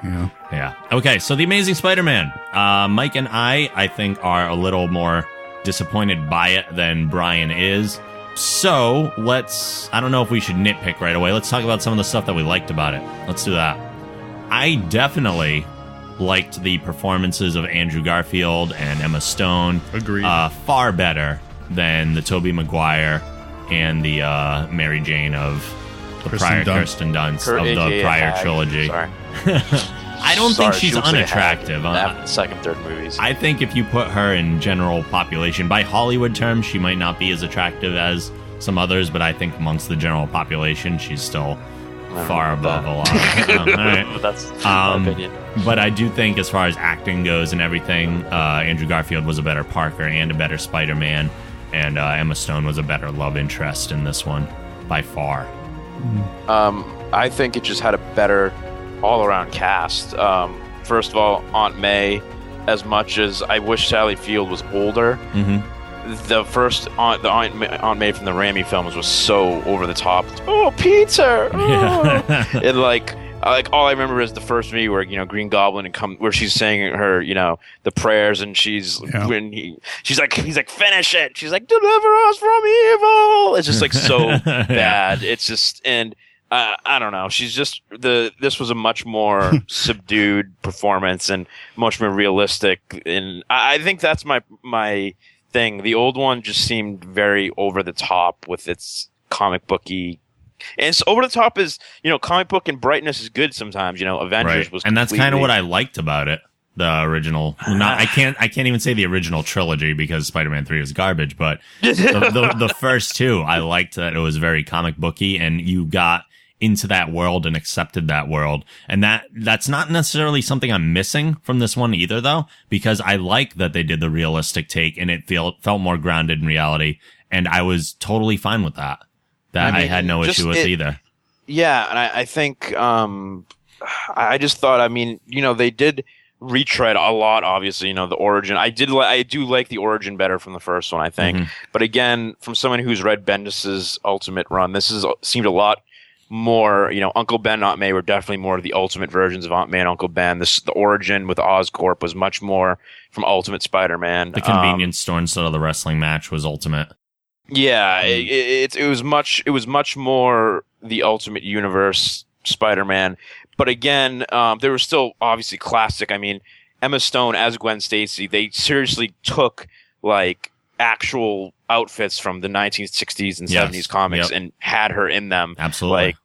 Yeah. Okay, so The Amazing Spider Man. Uh, Mike and I, I think, are a little more disappointed by it than Brian is. So let's, I don't know if we should nitpick right away. Let's talk about some of the stuff that we liked about it. Let's do that. I definitely liked the performances of Andrew Garfield and Emma Stone.
Agreed.
Uh, far better than the Toby Maguire and the uh, Mary Jane of the
Kristen
prior
Dunst.
Kirsten Dunst
Her
of the
AJ
prior
Hag.
trilogy.
Sorry.
I don't
Sorry,
think she's
she looks like a hag
unattractive.
in
Uh,
that second, third movies.
I think if you put her in general population, by Hollywood terms, she might not be as attractive as some others, but I think amongst the general population, she's still
don't
far
know
above
about
a lot. of them. All right.
That's
Um,
my opinion.
But I do think, as far as acting goes and everything, uh, Andrew Garfield was a better Parker and a better Spider Man, and uh, Emma Stone was a better love interest in this one by far.
Um, I think it just had a better all-around cast. Um, first of all, Aunt May. As much as I wish Sally Field was older,
Mm-hmm.
the first Aunt, the Aunt, May, Aunt May from the Ramy films was so over the top. Oh, Peter! Oh.
Yeah.
and like I- like all I remember is the first movie where you know Green Goblin and come where she's saying her you know the prayers and she's
Yeah.
when he she's like he's like finish it she's like deliver us from evil it's just like so
Yeah.
bad it's just and uh, I don't know she's just the this was a much more subdued performance and much more realistic and I, I think that's my my thing the old one just seemed very over the top with its comic booky and so over the top is you know comic book and brightness is good sometimes you know Avengers
right.
was
And that's kind of
completely-
what I liked about it. The original, not I can't I can't even say the original trilogy because Spider Man Three is garbage, but the, the, the first two I liked that it was very comic booky and you got into that world and accepted that world and that that's not necessarily something I'm missing from this one either though because I like that they did the realistic take and it felt felt more grounded in reality and I was totally fine with that that I,
I mean,
had no
just
issue with
it-
either
Yeah, and I, I think um, I I just thought. I mean, you know, they did retread a lot. Obviously, you know, the origin. I did. Li- I do like the origin better from the first one. I think.
Mm-hmm.
But again, from someone who's read Bendis's Ultimate Run, this is seemed a lot more. You know, Uncle Ben, Aunt May were definitely more the ultimate versions of Aunt May and Uncle Ben. This the origin with Oscorp was much more from Ultimate Spider-Man.
the
Um,
convenience store instead of the wrestling match was ultimate Um,
yeah, it, it, it was much. It was much more the Ultimate Universe Spider-Man, but again, um, there was still obviously classic. I mean, Emma Stone as Gwen Stacy. They seriously took like actual outfits from the 1960s and
Yes,
70s comics
yep.
and had her in them.
absolutely
Like,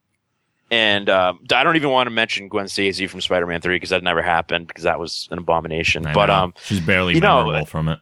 and um, I don't even want to mention Gwen Stacy from Spider-Man Three because that never happened because that was an abomination.
I
but
know.
um,
she's barely
you know,
memorable from it.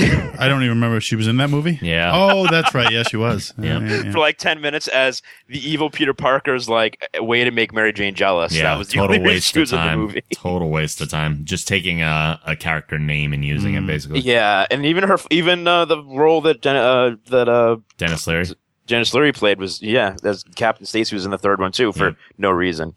I don't even remember if she was in that movie.
Yeah.
Oh, that's right. Yes, she was.
Yeah.
for like 10 minutes as the evil Peter Parker's like way to make Mary Jane jealous.
yeah,
that was the
total
only
waste of
excuse of the
time.
movie.
Total waste of time. Just taking a, a character name and using
Mm,
it basically.
Yeah, and even her, even uh, the role that Den- uh, that uh,
Dennis Leary.
Janice Lurie played was yeah, that's Captain Stacy was in the third one too for no reason.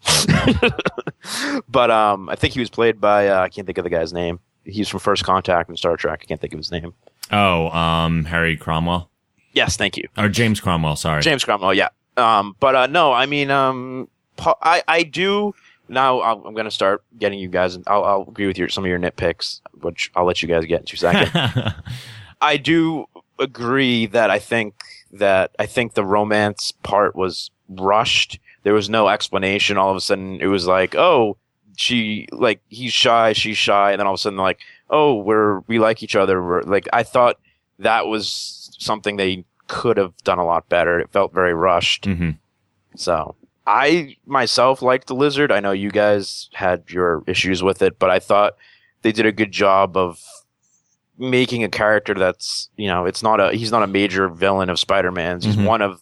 but um, I think he was played by uh, I can't think of the guy's name. He's from First Contact and Star Trek. I can't think of his name.
Oh, um, Harry Cromwell
Yes, thank you.
or James Cromwell. Sorry,
James Cromwell, yeah. Um, but uh, no, I mean, um, pa- I I do now. I'll, I'm going to start getting you guys. I'll, I'll agree with your some of your nitpicks, which I'll let you guys get in two seconds. I do agree that I think that I think the romance part was rushed. There was no explanation. All of a sudden, it was like, oh, she like he's shy, she's shy, and then all of a sudden, like, oh, we're we like each other. We're, like I thought that was something they could have done a lot better. It felt very rushed.
Mhm.
So I myself liked the lizard. I know you guys had your issues with it, but I thought they did a good job of making a character that's you know it's not a he's not a major villain of Spider-Man's. He's one of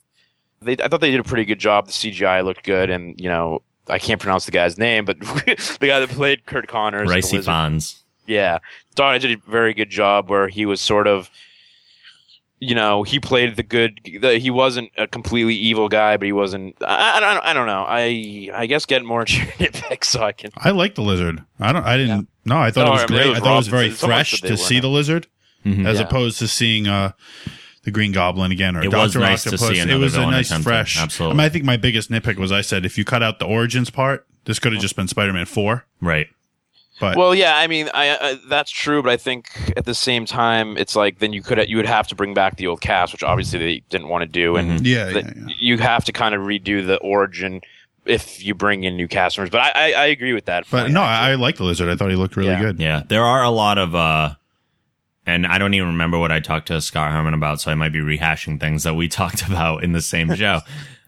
they. I thought they did a pretty good job. The CGI looked good, and you know I can't pronounce the guy's name, but the guy that played Kurt Connors, the
Ricey
lizard.
Fonz.
Yeah. Donna did a very good job where he was sort of, you know, he played the good. The, he wasn't a completely evil guy, but he wasn't. I, I, don't, I don't know. I I guess get more nitpicks so I can.
I like the lizard. I don't. I didn't. No, I thought
No,
it was
I mean,
great.
it was
I thought it was very
Robinson. It's almost
fresh
that they
to
were
see
not-
the lizard,
Mm-hmm.
as
Yeah.
opposed to seeing uh, the Green Goblin again or
It was
Doctor
nice to
Octopus.
see
it
another
was a
villain
nice
attempted.
fresh.
Absolutely.
I, mean, I think my biggest nitpick was I said if you cut out the origins part, this could have just been Spider-Man Four.
Right.
But
Well, yeah, I mean, I, I that's true, but I think at the same time, it's like then you could you would have to bring back the old cast, which obviously they didn't want to do, and
yeah, yeah,
that
yeah.
you have to kind of redo the origin if you bring in new customers. But I, I, I agree with that.
But
point,
no,
actually.
I, I like the lizard. I thought he looked really
Yeah.
good.
Yeah, there are a lot of, uh, and I don't even remember what I talked to Scott Herman about, so I might be rehashing things that we talked about in the same show.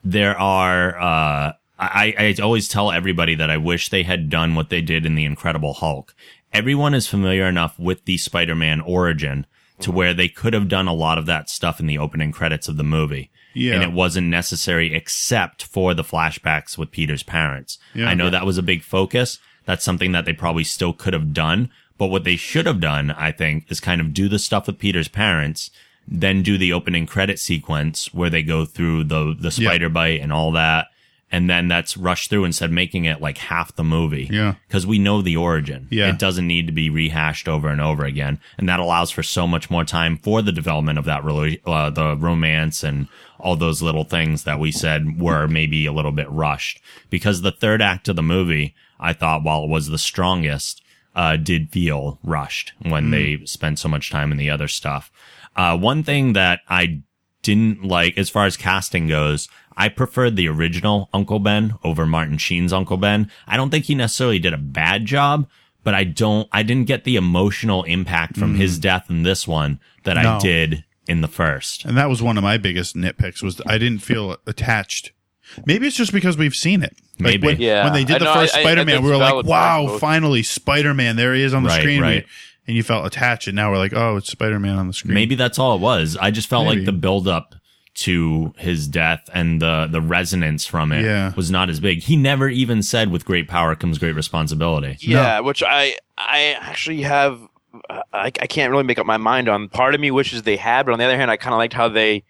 there are, uh, I, I always tell everybody that I wish they had done what they did in The Incredible Hulk. Everyone is familiar enough with the Spider Man origin to where they could have done a lot of that stuff in the opening credits of the movie.
Yeah.
And it wasn't necessary except for the flashbacks with Peter's parents.
Yeah.
I know that was a big focus. That's something that they probably still could have done. But what they should have done, I think, is kind of do the stuff with Peter's parents, then do the opening credit sequence where they go through the, the
Yeah.
spider bite and all that. And then that's rushed through instead of making it like half the movie.
Yeah.
Cause we know the origin.
Yeah.
It doesn't need to be rehashed over and over again. And that allows for so much more time for the development of that, rela- uh, the romance and all those little things that we said were maybe a little bit rushed. Because the third act of the movie, I thought while it was the strongest, uh, did feel rushed when they spent so much time in the other stuff. Uh, one thing that I didn't like as far as casting goes. I preferred the original Uncle Ben over Martin Sheen's Uncle Ben. I don't think he necessarily did a bad job, but I don't, I didn't get the emotional impact from his death in this one that I
Mm. No.
did in the first.
And that was one of my biggest nitpicks was I didn't feel attached. Maybe it's just because we've seen it. Like,
Maybe.
when,
Yeah.
when they did
I
the
know,
first
I- I-
Spider-Man,
that's
we were like,
valid for
"Wow,
both.
finally Spider-Man! There he is on the
Right,
screen." We-
right.
And you felt attached, and now we're like, "Oh, it's Spider-Man on the screen."
Maybe that's all it was. I just felt
Maybe.
like the buildup to his death and the the resonance from it
Yeah.
was not as big. He never even said, "With great power comes great responsibility."
Yeah, which I I actually have I, I can't really make up my mind on. Part of me wishes they had, but on the other hand, I kind of liked how they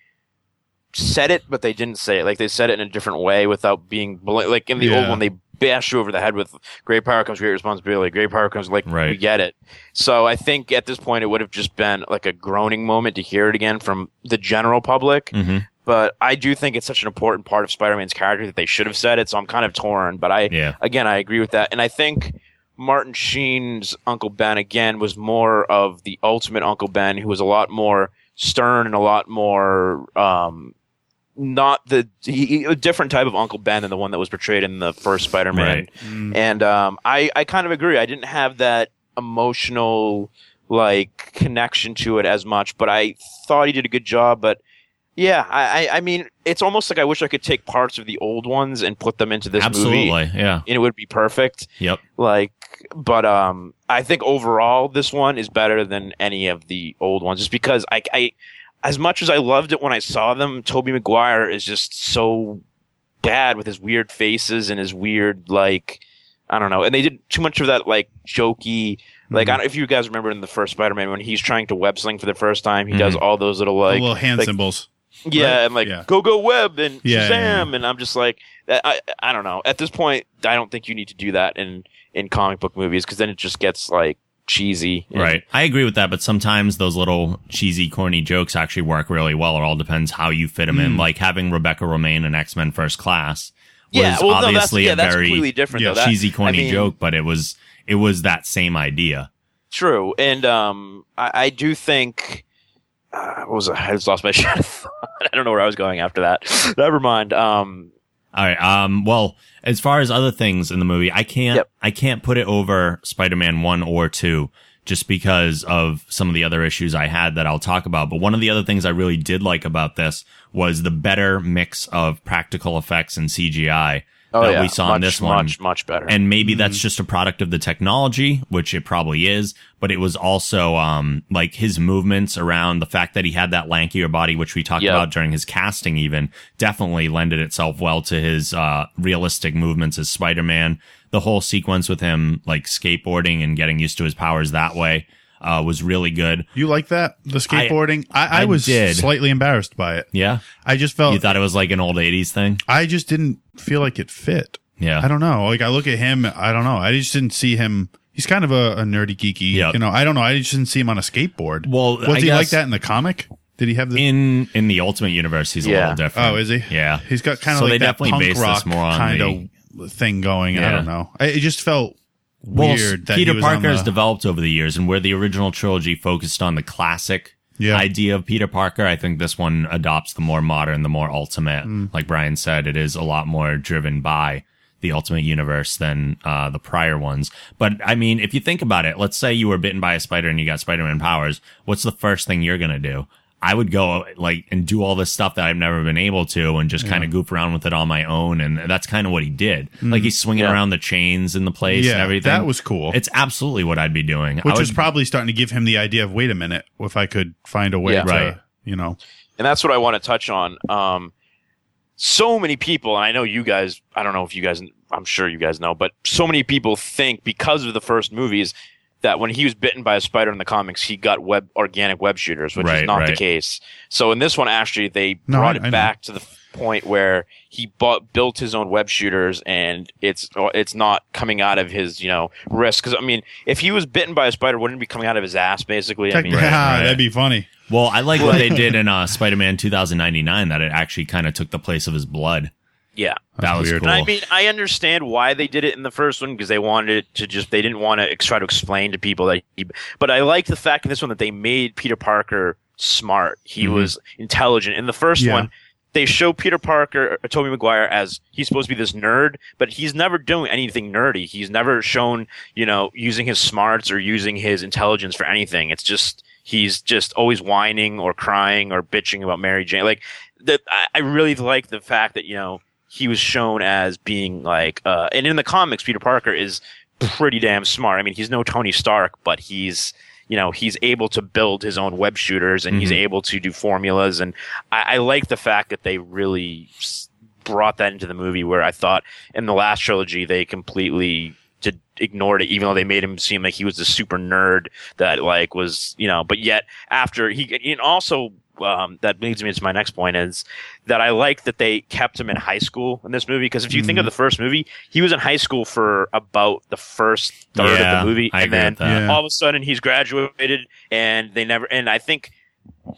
said it, but they didn't say it. Like they said it in a different way without being bl- like in the
Yeah.
old one they bash you over the head with great power comes great responsibility great power comes like
Right.
we get it so i think at this point it would have just been like a groaning moment to hear it again from the general public
Mhm.
but i do think it's such an important part of spider-man's character that they should have said it so i'm kind of torn but i
Yeah.
again, I agree with that. And I think Martin Sheen's Uncle Ben again was more of the ultimate Uncle Ben, who was a lot more stern and a lot more um, not the he, he- a different type of Uncle Ben than the one that was portrayed in the first Spider-Man.
Right.
And um, I I kind of agree. I didn't have that emotional like connection to it as much, but I thought he did a good job. But yeah, I, I, I mean, it's almost like I wish I could take parts of the old ones and put them into this movie
Absolutely. Yeah.
and it would be perfect.
Yep.
Like, but um, I think overall this one is better than any of the old ones, just because I, I as much as I loved it when I saw them, Toby Maguire is just so bad with his weird faces and his weird like I don't know, and they did too much of that like jokey. Like
Mm-hmm.
I don't, if you
Mm-hmm.
guys remember in the first Spider-Man when he's trying to web sling for the first time, he does all those little
the
Oh,
like
little hand
like,
symbols.
Yeah,
Right?
and like
Yeah.
Go Go Web and
Yeah, yeah,
Shazam, and I'm just like, I, I I don't know. At this point, I don't think you need to do that in in comic book movies because then it just gets like cheesy. and-
Right. I agree with that, but sometimes those little cheesy, corny jokes actually work really well. It all depends how you fit them
Mm.
in. Like having Rebecca Romaine in X Men First Class was
Yeah. Well, no, that's
obviously
yeah, that's
a
completely
very
different.
yeah,
though. That-
cheesy, corny
I mean,
joke, but it was it was that same idea.
True, and um, I, I do think. Uh, what was I? I just lost my shit. I don't know where I was going after that. Never mind. Um,
All right. Um. Well, as far as other things in the movie, I can't
Yep.
I can't put it over Spider Man one or two just because of some of the other issues I had that I'll talk about. But one of the other things I really did like about this was the better mix of practical effects and CGI
oh
that
yeah,
we saw
much,
in this one.
much much better.
And maybe that's just a product of the technology, which it probably is, but it was also, um, like his movements around the fact that he had that lankier body, which we talked
Yeah.
about during his casting even definitely lended itself well to his, uh, realistic movements as Spider-Man. The whole sequence with him, like skateboarding and getting used to his powers that way, uh, was really good.
You like that? The skateboarding? I, I,
I
was
did.
slightly embarrassed by it.
Yeah.
I just
You
felt
thought it was like an old eighties thing.
I just didn't feel like it fit.
Yeah.
I don't know. Like I look at him, I don't know. I just didn't see him. He's kind of a, a nerdy geeky.
Yeah.
You know, I don't know. I just didn't see him on a skateboard.
Well,
was
I
he like
guess-
that in the comic? Did he have the?
in, in the ultimate universe, he's a
Yeah.
little different.
oh, is he?
Yeah.
He's got kind of
So they
like that
definitely
punk
based this
rock
more on
kind of thing going. I
Yeah.
don't know. I, it just felt
Well,
weird. That
Peter
he was on
Parker has
the-
developed over the years, and where the original trilogy focused on the classic
Yeah.
idea of Peter Parker, I think this one adopts the more modern, the more ultimate.
Mm.
Like Brian said, it is a lot more driven by the ultimate universe than uh, the prior ones. But I mean, if you think about it, let's say you were bitten by a spider and you got Spider-Man powers. What's the first thing you're gonna do? I would go like and do all this stuff that I've never been able to and just kind of goof around with it on my own. And that's kind of what he did.
Mm-hmm.
Like he's swinging
Yeah.
around the chains in the place and
Yeah,
everything.
that was cool.
It's absolutely what I'd be doing. I
which
would-
was probably starting to give him the idea of wait a minute, if I could find a way
Yeah.
to,
Right.
you know,
and that's what I want to touch on. Um, so many people, and I know you guys, I don't know if you guys, I'm sure you guys know, but so many people think because of the first movies that when he was bitten by a spider in the comics, he got web organic web shooters, which
Right,
is not the
right.
case. So in this one, actually, they
No,
brought
I-
it
I know.
back to the point where he bought, built his own web shooters, and it's it's not coming out of his you know wrist. Because I mean, if he was bitten by a spider, wouldn't it be coming out of his ass? Basically, I mean,
Technically-
right.
Ah, that'd be funny.
well, I like what they did in uh, Spider-Man 2099 that it actually kind of took the place of his blood.
yeah.
that was
weird.
cool.
And I mean, I understand why they did it in the first one because they wanted it to just they didn't want to ex- try to explain to people that. He, but I like the fact in this one that they made Peter Parker smart. He was intelligent. In the first
Mm-hmm. Yeah.
one, they show Peter Parker, or Tobey Maguire, as he's supposed to be this nerd, but he's never doing anything nerdy. He's never shown, you know, using his smarts or using his intelligence for anything. It's just he's just always whining or crying or bitching about Mary Jane. Like that, I, I really like the fact that you know he was shown as being like, uh, and in the comics, Peter Parker is pretty damn smart. I mean, he's no Tony Stark, but he's you know he's able to build his own web shooters and he's able to do formulas. And I, I like the fact that they really s- brought that into the movie. Where I thought in the last trilogy they completely did ignored it, even though they made him seem like he was the super nerd that like was you know. But yet after he and also. Um, that leads me to my next point is that I like that they kept him in high school in this movie because if you think of
Mm-hmm.
the first movie, he was in high school for about the first third
Yeah,
of the movie,
I
and
agree
then
with that.
Yeah.
all of a sudden he's graduated and they never and I think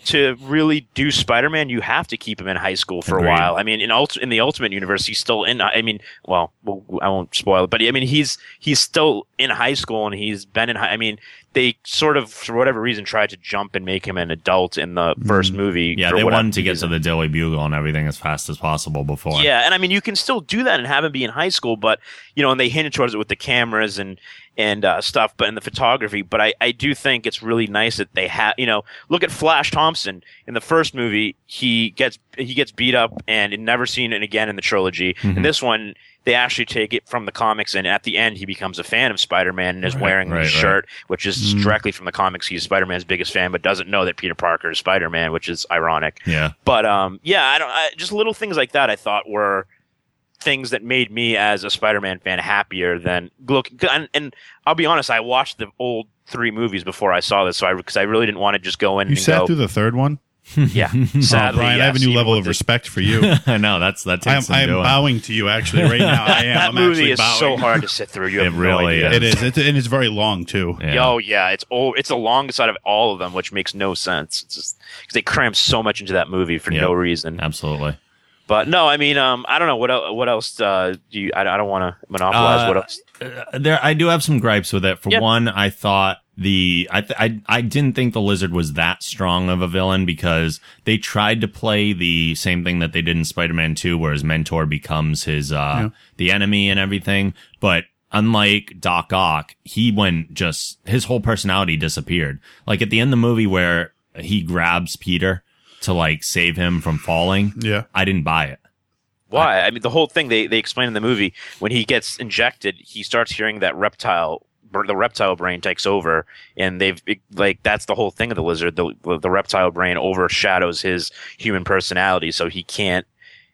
to really do Spider-Man, you have to keep him in high school for
Agreed.
a while. I mean, in ult- in the Ultimate Universe, he's still in. I mean, well, well, I won't spoil it, but I mean, he's he's still in high school and he's been in. High, I mean, they sort of, for whatever reason, tried to jump and make him an adult in the first movie.
Mm-hmm. yeah,
for
they
whatever
wanted to get to
reason.
the Daily Bugle and everything as fast as possible before.
Yeah, and I mean, you can still do that and have him be in high school, but you know, and they hinted towards it with the cameras and and uh, stuff, but in the photography. But I I do think it's really nice that they have. You know, look at Flash Thompson in the first movie. He gets he gets beat up and never seen it again in the trilogy.
Mm-hmm.
And this one. They actually take it from the comics, and at the end, he becomes a fan of Spider-Man and is wearing
right,
the
right. Mm-hmm.
shirt, which is directly from the comics. He's Spider-Man's biggest fan, but doesn't know that Peter Parker is Spider-Man, which is ironic.
Yeah.
But um, yeah, I don't. I, just little things like that, I thought were things that made me as a Spider-Man fan happier than look. And, and I'll be honest, I watched the old three movies before I saw this, so I because I really didn't want to just go in
You
and
sat
go.
through the third one. Oh,
Yeah, sadly,
Brian, I have a
yes,
new
even
level
with
of
the-
respect for you.
I know that's that
I'm,
takes some
I'm
doing.
bowing to you actually right now. I am.
That
I'm
movie
actually
is
bowing.
so hard to sit through. You
It
have no
really
idea.
is.
It is. It's, and it's very long too.
Yeah.
Yo, yeah, it's old. It's the longest out of all of them, which makes no sense. It's just because they cram so much into that movie for
Yep.
no reason.
Absolutely.
But no, I mean, um, I don't know what el- what else uh, do you? I, I don't want to monopolize
Uh,
what else.
Uh, there I do have some gripes with it. For
Yeah.
one, I thought the I, th- I I didn't think the lizard was that strong of a villain because they tried to play the same thing that they did in Spider-Man 2 where his mentor becomes his uh the enemy and everything, but Unlike Doc Ock, he went just, his whole personality disappeared. Like at the end of the movie where he grabs Peter to like save him from falling.
Yeah.
I didn't buy it.
Why? I mean, the whole thing they they explain in the movie when he gets injected, he starts hearing that reptile. br- The reptile brain takes over, and they've it- like that's the whole thing of the lizard. The the reptile brain overshadows his human personality, so he can't.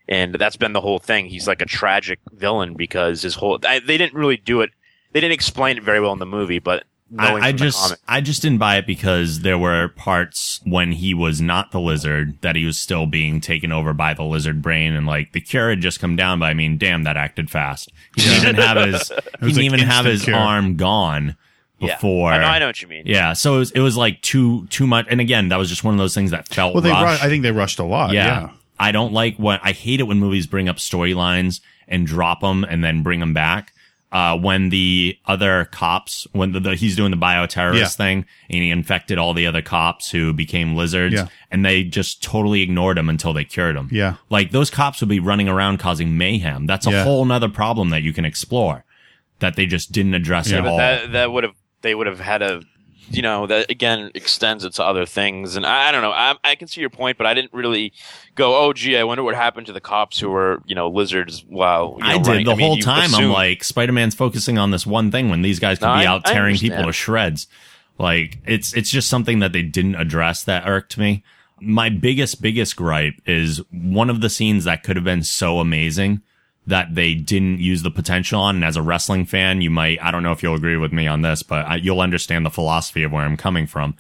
And that's been the whole thing. He's like a tragic villain because his whole I, they didn't really do it. They didn't explain it very well in the movie, but knowing
I, I
from the
just
comic-
I just didn't buy it because there were parts when he was not the lizard that he was still being taken over by the lizard brain and like the cure had just come down but I mean damn that acted fast. He didn't even have his he
was
didn't even
like
have
instant
his
cure.
arm gone
Yeah.
before.
I know, I know what you mean.
Yeah, so it was, it was like too too much and again that was just one of those things that felt
Well, they. Ru-
rushed.
I think they rushed a lot.
yeah.
Uh, Yeah.
I don't like when I hate it when movies bring up storylines and drop them and then bring them back. Uh, when the other cops, when the, the he's doing the bioterrorist
Yeah.
thing and he infected all the other cops who became lizards
Yeah.
and they just totally ignored him until they cured him.
Yeah.
Like those cops would be running around causing mayhem. That's a
Yeah.
whole nother problem that you can explore that they just didn't address
Yeah,
at
but
all.
that that would have they would have had a you know that again extends it to other things and i, I don't know I, I can see your point but i didn't really go oh gee i wonder what happened to the cops who were you know lizards while you know,
I did
running."
the
mean,
whole
you
time. I'm
assume-
like, uh, Spider Man's focusing on this one thing when these guys could
No,
be
I-
out
I
tearing people
understand.
to shreds. Like, it's it's just something that they didn't address that irked me. My biggest biggest gripe is one of the scenes that could have been so amazing that they didn't use the potential on. And as a wrestling fan, you might I don't know if you'll agree with me on this, but I, you'll understand the philosophy of where I'm coming from.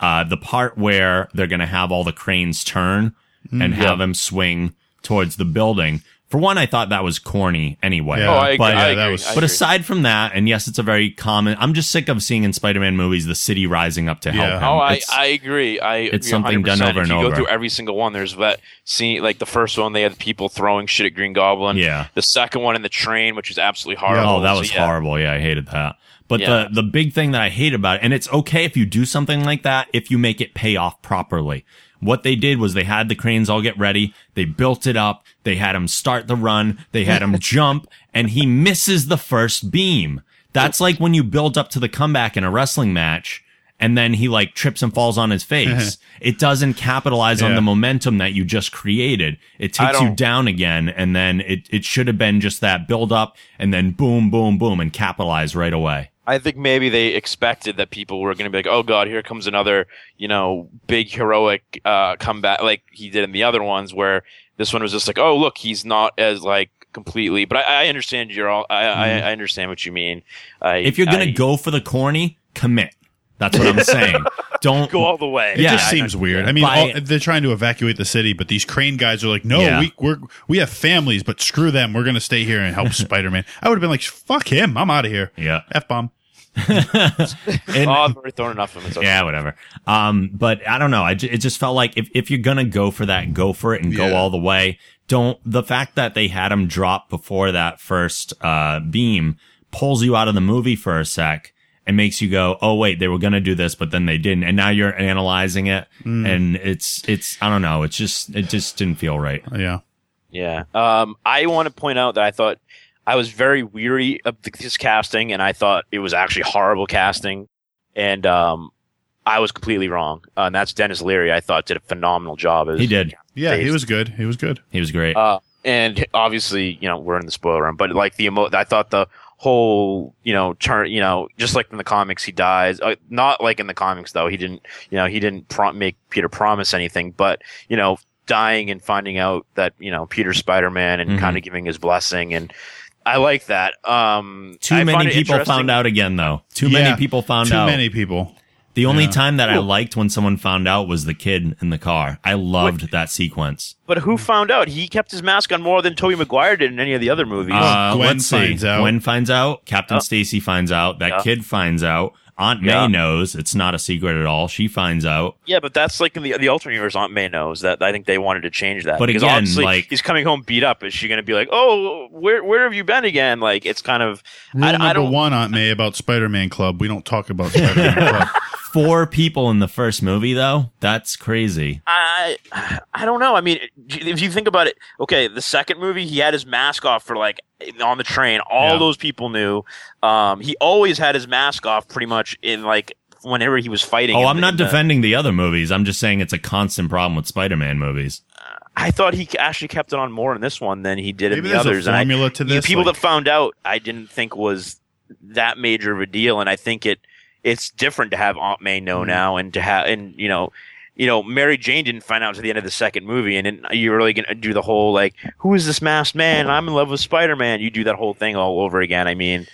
Uh, the part where they're going to have all the cranes turn
Mm,
and have them swing towards the building. For one, I thought that was corny anyway.
Yeah.
oh i,
but, uh,
I
yeah, that
agree.
was-
I
but
agree.
aside from that, and yes, it's a very common. I'm just sick of seeing in Spider-Man movies the city rising up to help
Yeah.
him.
Oh, I,
It's-
I agree. I
it's
agree
something done
100%.
over
if
and
you
over.
Go through every single one. There's that scene, like the first one, they had people throwing shit at Green Goblin.
Yeah.
The second one in the train, which is absolutely horrible.
Oh, that
So,
was
yeah.
horrible. Yeah, I hated that. But
Yeah.
the the big thing that I hate about it, and it's okay if you do something like that if you make it pay off properly. What they did was they had the cranes all get ready. They built it up. They had him start the run. They had him jump, and he misses the first beam. That's like when you build up to the comeback in a wrestling match, and then he like trips and falls on his face. it doesn't capitalize on
Yeah.
the momentum that you just created. It
I
takes you
don't-
down again, and then it, it should have been just that build up and then boom, boom, boom, and capitalize right away.
I think maybe they expected that people were going to be like, "Oh God, here comes another, you know, big heroic uh, comeback," like he did in the other ones. Where this one was just like, "Oh look, he's not as like completely." But I, I understand you're all. I, I, I understand what you mean. I,
Mm-hmm. If you're gonna
I-
go for the corny, commit. That's what I'm saying. Don't
go all the way,
It
Yeah,
just
I-
seems weird. I mean,
By-
all, they're trying to evacuate the city, but these crane guys are like, "No,
Yeah.
we we're, we have families, but screw them. We're going to stay here and help Spider-Man." I would have been like, "Fuck him. I'm out of here."
Yeah.
F bomb.
oh, I've already thrown enough of them. It's okay.
Yeah, whatever. Um, but I don't know. I ju- it just felt like if, if you're gonna go for that, go for it and
Yeah.
go all the way. Don't the fact that they had him drop before that first uh beam pulls you out of the movie for a sec and makes you go, oh wait, they were gonna do this, but then they didn't, and now you're analyzing it, and it's it's I don't know. It's just it just didn't feel right.
Yeah.
Yeah. Um, I want to point out that I thought I was very weary of th- this casting, and I thought it was actually horrible casting, and um, I was completely wrong. Uh, and that's Dennis Leary. I thought did a phenomenal job. As,
He did.
Yeah, he
Dazed.
was good. He was good.
He was great.
Uh, and obviously, you know, we're in the spoiler room, but like the emo- I thought the whole, you know, turn, you know, just like in the comics, he dies. Uh, not like in the comics though. He didn't, you know, he didn't prom- make Peter promise anything, but you know, dying and finding out that you know Peter's Spider Man and
Mhm.
kind of giving his blessing and. I like that. Um,
Too
I
many
find it
people
interesting-
found out again, though. Too
Yeah.
many people found
Too
out.
many people.
The only
Yeah.
time that I liked when someone found out was the kid in the car. I loved that sequence.
But who found out? He kept his mask on more than Toby Maguire did in any of the other movies.
Uh,
Gwen
let's see.
finds out.
Gwen finds out. Captain
Yeah.
Stacy finds out. That
Oh. Yeah.
kid finds out. Aunt May
Yeah.
knows. It's not a secret at all. She finds out.
yeah, but that's like in the the alternate universe. Aunt May knows that. I think they wanted to change that.
But
because
again,
obviously
like-
he's coming home beat up. Is she going to be like, "Oh, where where have you been again?" Like it's kind of
Rule
I,
number
I don't.
one, Aunt May, about Spider Man Club. We don't talk about Spider Man Club.
Four people in the first movie, though. That's crazy.
I I don't know. I mean, if you think about it, okay, the second movie he had his mask off for like on the train. All
Yeah.
those people knew. Um, he always had his mask off pretty much in like whenever he was fighting.
Oh,
in
I'm
the-
not
in the-
defending the other movies. I'm just saying it's a constant problem with Spider-Man movies.
I thought he actually kept it on more in this one than he did
Maybe
in the
there's a
others. and I-
formula to
the
this,
people
like-
that found out, I didn't think was that major of a deal, and I think it it's different to have Aunt May
Mm-hmm.
know now, and to have and you know. You know, Mary Jane didn't find out until the end of the second movie, and then you're really gonna do the whole like, "Who is this masked man? I'm in love with Spider Man." You do that whole thing all over again. I mean,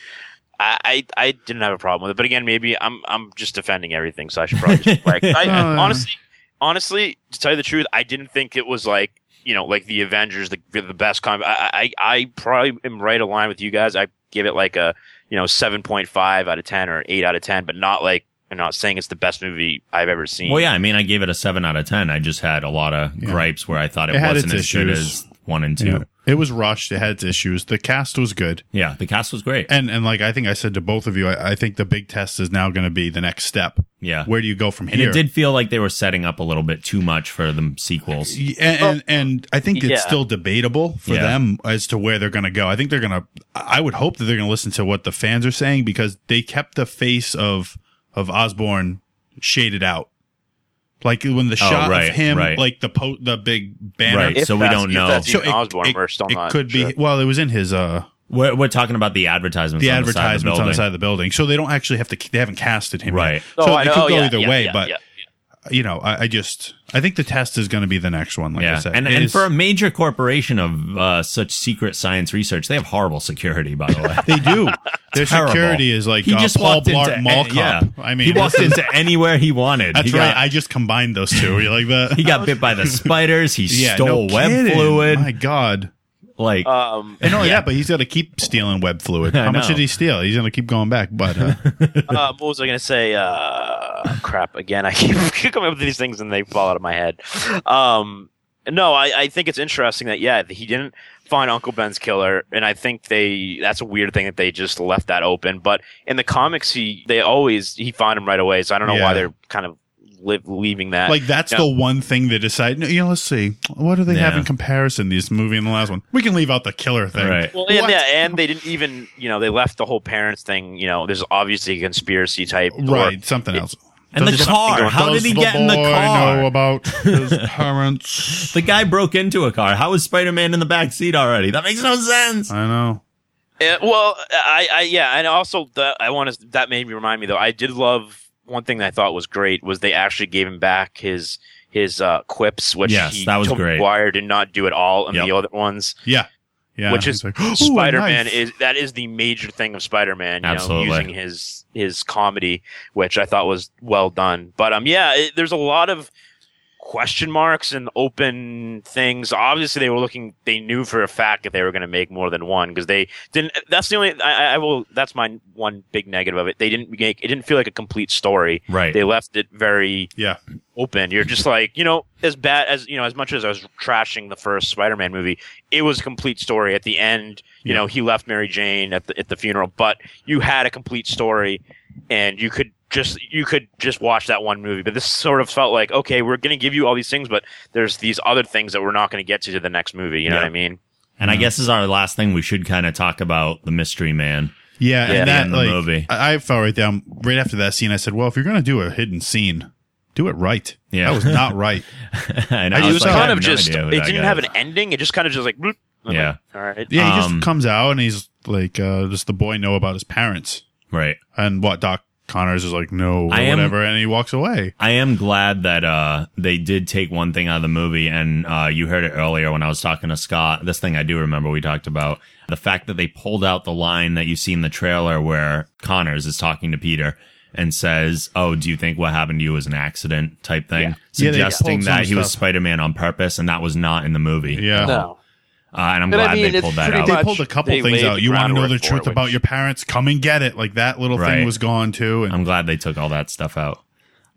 I, I I didn't have a problem with it, but again, maybe I'm I'm just defending everything, so I should probably just like I,
Oh, yeah.
honestly, honestly, to tell you the truth, I didn't think it was like you know like the Avengers the the best comic. I I, I probably am right aligned with you guys. I give it like a you know seven point five out of ten or an eight out of ten, but not like I'm not saying it's the best movie I've ever seen.
Well, yeah, I mean, I gave it a seven out of ten. I just had a lot of
Yeah.
gripes where I thought it,
It had
wasn't
its
as good
issues.
as one and two.
Yeah.
Yeah.
It was rushed. It had its issues. The cast was good.
the cast was great.
And and like I think I said to both of you, I, I think the big test is now going to be the next step.
Yeah,
Where do you go from
and
here?
it did feel like they were setting up a little bit too much for the sequels.
Y- And, and, and I think it's
Yeah.
still debatable for
Yeah.
them as to where they're going to go. I think they're going to. I would hope that they're going to listen to what the fans are saying because they kept the face of of Osborne shaded out, like when the shot
Oh, right,
of him,
right.
like the po- the big banner.
Right,
If
so we
that's-
don't
if
know.
that's
it-
even Osborn,
it-
we're still
it
not
could
sure.
be. Well, it was in his uh
We're, we're talking about the advertisements.
the
on
advertisements
the
on the
side
side
of
of the building, so they don't actually have to. They haven't casted him, yet.
Right.
Oh,
So
I
it
know.
could go
Yeah,
either
yeah,
way,
yeah,
but
yeah.
you know, I, I just I think the test is going to be the next one. Like
building.
I
Yeah,
said,
and
It
and
is-
for a major corporation of uh, such secret science research, they have horrible security. By the way,
They do. Their
Terrible.
security is like
he
uh,
just
Paul
walked into
Blart Mall
eh,
Cop.
yeah.
I mean,
he walked
this is-
into anywhere he wanted.
that's
He
right.
got-
I just combined those two. You like that?
he got bit by the spiders. He
Yeah,
stole
no
web
kidding.
fluid.
My God. Uh,
like
Um,
And not only that, but he's got to keep stealing web fluid.
I
How much
know.
did he steal? He's going to keep going back. But uh,
uh, what was I going to say? Uh, crap again. I keep coming up with these things and they fall out of my head. Um, no, I, I think it's interesting that yeah, that he didn't find Uncle Ben's killer, and I think they that's a weird thing that they just left that open. But in the comics, he they always he found him right away, so I don't know
Yeah.
why they're kind of li- leaving that.
like that's
Yeah.
the one thing they decide. no, You know, let's see. What do they have
Yeah.
in comparison? This movie and the last one. We can leave out the killer thing.
Right.
Well, and,
What?
yeah, and they didn't even, you know, they left the whole parents thing. You know, there's obviously a conspiracy type. or-
Right. Something else.
And the
Does-
car. How
does
did he get in the
boy
car?
know about his parents?
The guy broke into a car. How is Spider Man in the back seat already? That makes no sense.
I know.
Uh, well, I, I, yeah, and also the, I want to. That made me remind me though. I did love one thing that I thought was great was they actually gave him back his his uh, quips, which
Yes,
he
that was
Tobey
great.
Maguire did not do at all in
Yep.
the other ones.
Yeah. Yeah.
Which is
He's like, "Ooh, a
Spider-Man
knife."
is that is the major thing of Spider-Man, you
Absolutely.
know, using his his comedy, which I thought was well done. But um, yeah, it, there's a lot of question marks and open things. Obviously, they were looking. They knew for a fact that they were going to make more than one because they didn't. That's the only. I, I- I will. That's my one big negative of it. They didn't make. It didn't feel like a complete story.
Right.
They left it very
Yeah.
open. You're just like, you know, as bad as you know, as much as I was trashing the first Spider-Man movie, it was a complete story. At the end, you know, he left Mary Jane at the at the funeral, but you had a complete story, and you could just you could just watch that one movie. But this sort of felt like, okay, we're going to give you all these things, but there's these other things that we're not going to get to to the next movie. You know
Yeah.
what I mean?
And I guess is our last thing we should kind of talk about the mystery man.
Yeah,
Yeah.
and that
In the
like
movie.
I, I fell right down right after that scene. I said, "Well, if you're gonna do a hidden scene, do it right."
Yeah.
that was not right.
and
I
It
was
was
like, I
kind of
have no
just.
idea who
It
that
didn't
guy
have
is.
an ending. It just kind of just like. bloop. I'm
Yeah.
Like, all right.
Yeah, he
Um,
just comes out and he's like, uh, "Does the boy know about his parents?"
Right.
And what Doc Connors is like, "No, or
I am-
whatever," and he walks away.
I am glad that uh, they did take one thing out of the movie, and uh, you heard it earlier when I was talking to Scott. This thing I do remember we talked about the fact that they pulled out the line that you see in the trailer where Connors is talking to Peter, and says, "Oh, do you think what happened to you was an accident?" type thing,
Yeah, they
suggesting
pulled some
that he was
stuff.
Spider-Man on purpose, and that was not in the movie.
Yeah.
No.
uh, and I'm
But I
glad
mean,
they
it's
pulled that
pretty
out.
much-
They pulled a couple
They
things
laid
out.
the
You want to know
groundwork
the
for
truth
it,
about
which-
your parents? Come and get it. Like that little
Right.
thing was gone too.
Um,
And
I'm glad they took all that stuff out.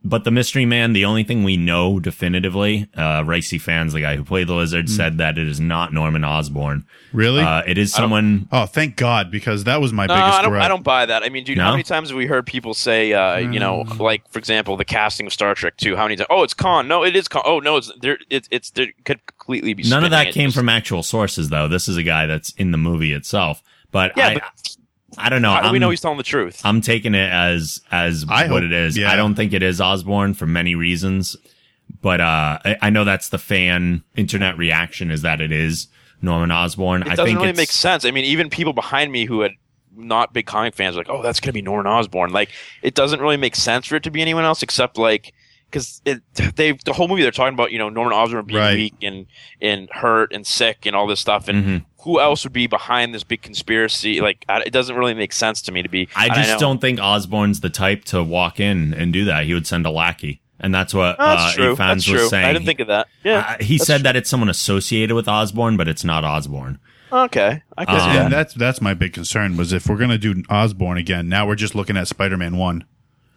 But the Mystery Man, the only thing we know definitively, uh, Ricey fans, the guy who played the lizard,
Hmm.
said that it is not Norman Osborn.
really?
Uh, it is someone.
oh, thank God, because that was my
No,
biggest
I don't.
gripe.
I don't buy that. I mean, dude,
No?
how many times have we heard people say, uh, you know, like for example, the casting of Star Trek Two? How many times? Oh, it's Khan. No, it is Khan. Oh, no, it's there. It's it's there. Could completely be.
None of
spinning
that
it.
came
Just-
from actual sources, though. This is a guy that's in the movie itself. But
Yeah,
I,
but
I don't know.
how do we
I'm-
know he's telling the truth?
I'm taking it as as
I
what
hope-
it is.
yeah.
I don't think it is Osborne for many reasons, but uh, I, I know that's the fan internet reaction is that it is Norman Osborn.
It
I
doesn't
think
really
it's,
make sense. I mean, even people behind me who had not big comic fans were like, oh, that's gonna be Norman Osborn. Like, it doesn't really make sense for it to be anyone else except like. Because they the whole movie they're talking about you know Norman Osborn being
Right.
weak and and hurt and sick and all this stuff and
Mhm.
who else would be behind this big conspiracy like I, it doesn't really make sense to me to be
I just
know.
don't think Osborne's the type to walk in and do that. He would send a lackey, and that's what
No, that's
uh,
true
E. Fans
that's
was
true
saying.
I didn't think of that yeah
Uh, he
that's
said that it's someone associated with Osborne, but it's not Osborne.
okay I can see
Um,
that.
and that's that's my big concern was if we're gonna do Osborne again, now we're just looking at Spider-Man One.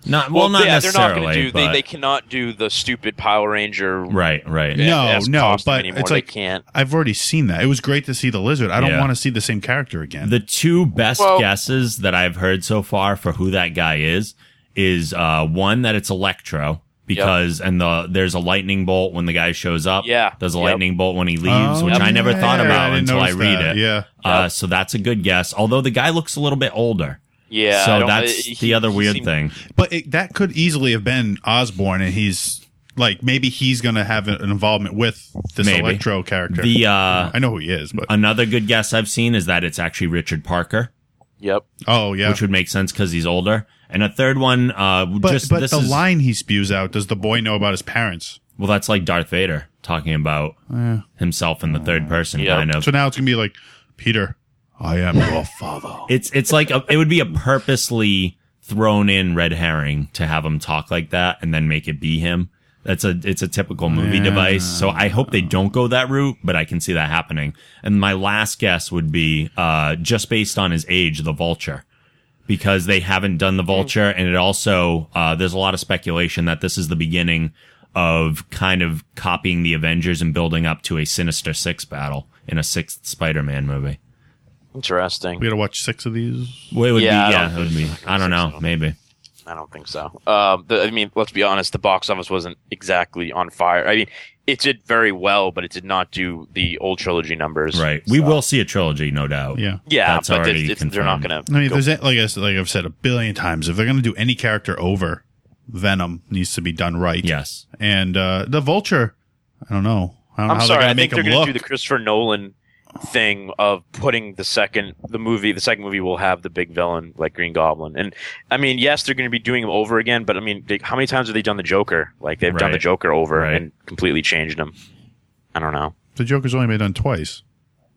Not well, not
yeah,
necessarily.
They're not gonna do,
but-
they, they cannot do the stupid Power Ranger.
right, right.
Yeah,
no,
that's
no,
costume
but
anymore.
it's
They
like
can't.
I've already seen that. It was great to see the lizard. I don't
Yeah.
want to see the same character again.
The two best
Well-
guesses that I've heard so far for who that guy is is uh, one that it's Electro because and the there's a lightning bolt when the guy shows up.
Yeah.
there's a
Yep.
lightning bolt when he leaves, which I never thought
Oh, yeah,
about
didn't
until I
notice
read
that.
it.
Yeah.
Uh, so that's a good guess. Although the guy looks a little bit older.
Yeah. I
so
don't-
that's
he-
the other
he
weird
seemed-
thing.
But it, that could easily have been Osborne, and he's like maybe he's going to have an involvement with this
Maybe.
Electro character.
The uh,
I know who he is, but
another good guess I've seen is that it's actually Richard Parker,
Yep.
oh yeah,
which would make sense because he's older. And a third one, uh,
but
just
but
this
the
is
line he spews out. Does the boy know about his parents?
Well, that's like Darth Vader talking about himself in the third person,
Yeah.
kind of.
So now it's gonna be like Peter. I am your father.
It's it's like a, it would be a purposely thrown in red herring to have him talk like that and then make it be him. That's a it's a typical movie device. So I hope they don't go that route, but I can see that happening. And my last guess would be uh, just based on his age, the Vulture. because they haven't done the vulture and it also uh, there's a lot of speculation that this is the beginning of kind of copying the avengers and building up to a sinister six battle in a sixth spider-man movie
Interesting.
We gotta watch six of these.
well, it would
Yeah, I
be
don't
yeah it would be i don't know maybe
I don't think so. Um, the, I mean, let's be honest. The box office wasn't exactly on fire. I mean, it did very well, but it did not do the old trilogy numbers.
right we
So-
will see a trilogy no doubt
Yeah.
Yeah,
That's
but
already
it's, it's, they're not going
I mean, if there's a- like I, s- like I've said a billion times, if they're gonna do any character over Venom, needs to be done right.
yes
And uh, the Vulture, I don't know. I don't know
I'm
Um, how they're
sorry. I
gonna make
think they're
him
going
look.
to do the Christopher Nolan thing of putting the second the movie the second movie will have the big villain like Green Goblin and I mean yes they're going to be doing him over again but I mean they, how many times have they done the Joker like they've done
Right.
the Joker over
Right.
and completely changed him I don't know
the Joker's only been done twice.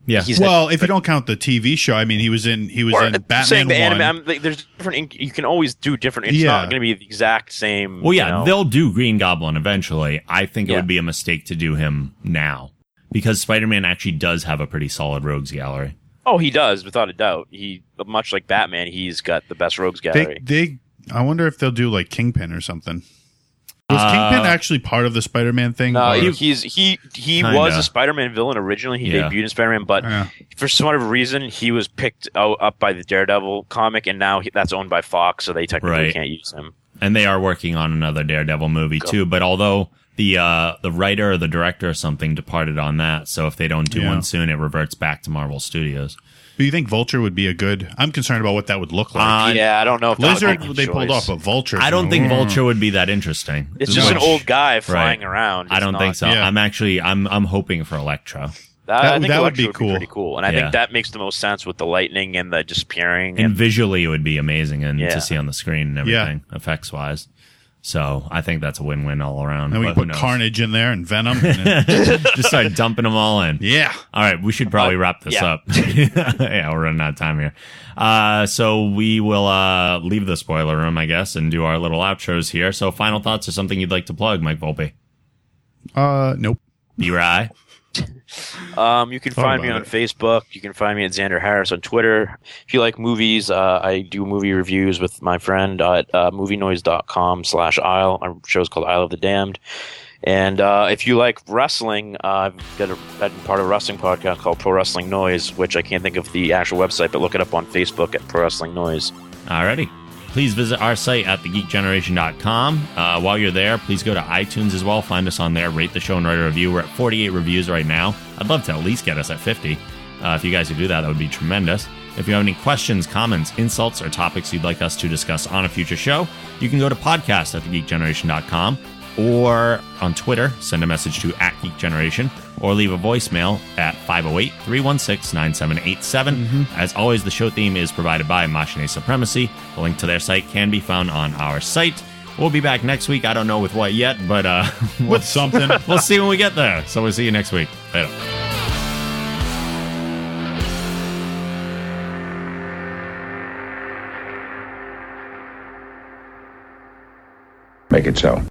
yeah
He's-
Well, if you don't count the TV show, I mean, he was in he was
Or,
in
I'm
Batman
saying the
One.
anime I'm, like, there's different ink- you can always do different it's
Yeah.
not going to be the exact same
well
you
yeah
know.
they'll do green goblin eventually i think it
Yeah.
would be a mistake to do him now because spider-man actually does have a pretty solid rogues gallery
oh he does without a doubt he much like Batman he's got the best rogues gallery
they, they, I wonder if they'll do like Kingpin or something. Was Kingpin actually part of the Spider-Man thing?
No,
Or-
he, he's he he
Kinda.
was a Spider-Man villain originally. He
Yeah.
debuted in Spider-Man, but
Yeah.
for some odd reason, he was picked o up by the Daredevil comic, and now he, that's owned by Fox, so they technically
Right.
can't use him.
and they are working on another Daredevil movie too. But although the uh, the writer or the director or something departed on that, so if they don't do
Yeah.
one soon, it reverts back to Marvel Studios.
do you think Vulture would be a good? I'm concerned about what that would look like.
Uh,
yeah, I don't know. If that would
Lizard,
be a good
they pulled
choice.
off, but Vulture. Mm.
I don't think Vulture would be that interesting.
It's just
No.
an old guy flying around.
I
It's
don't
not-
think so.
Yeah.
I'm actually I'm I'm hoping for Electro.
That,
That-
I think
that would
Electro
be cool.
pretty cool, and I
Yeah.
think that makes the most sense with the lightning and the disappearing.
And
And
visually it would be amazing and
Yeah.
to see on the screen and
Yeah.
everything, effects wise. So I think that's a win-win all around.
And we
but who
put
knows?
Carnage in there and Venom. and-
Just start dumping them all in.
yeah.
All right, we should probably wrap this
Uh, yeah.
up. yeah, we're running out of time here. Uh, so we will uh, leave the spoiler room, I guess, and do our little outros here. So final thoughts or something you'd like to plug, Mike Volpe?
Uh, nope.
Your eye.
Um, you can
Thought
find me
about
on
it.
Facebook. You can find me at Xander Harris on Twitter. If you like movies, uh, I do movie reviews with my friend at uh, movienoise.com slash Isle. Our show's called Isle of the Damned. And uh, if you like wrestling, uh, I've got a, been part of a wrestling podcast called Pro Wrestling Noise, which I can't think of the actual website, but look it up on Facebook at Pro Wrestling Noise.
Alrighty. Please visit our site at thegeekgeneration.com. Uh, while you're there, please go to iTunes as well. Find us on there, rate the show, and write a review. We're at 48 reviews right now. I'd love to at least get us at 50. Uh, if you guys could do that, that would be tremendous. If you have any questions, comments, insults, or topics you'd like us to discuss on a future show, you can go to podcast at thegeekgeneration.com or on Twitter, send a message to at Geek Generation or leave a voicemail at 508 316 9787. As always, the show theme is provided by Machine Supremacy. The link to their site can be found on our site. We'll be back next week. I don't know with what yet, but uh, we'll,
With something.
we'll see when we get there. So we'll see you next week. Later.
Make it so.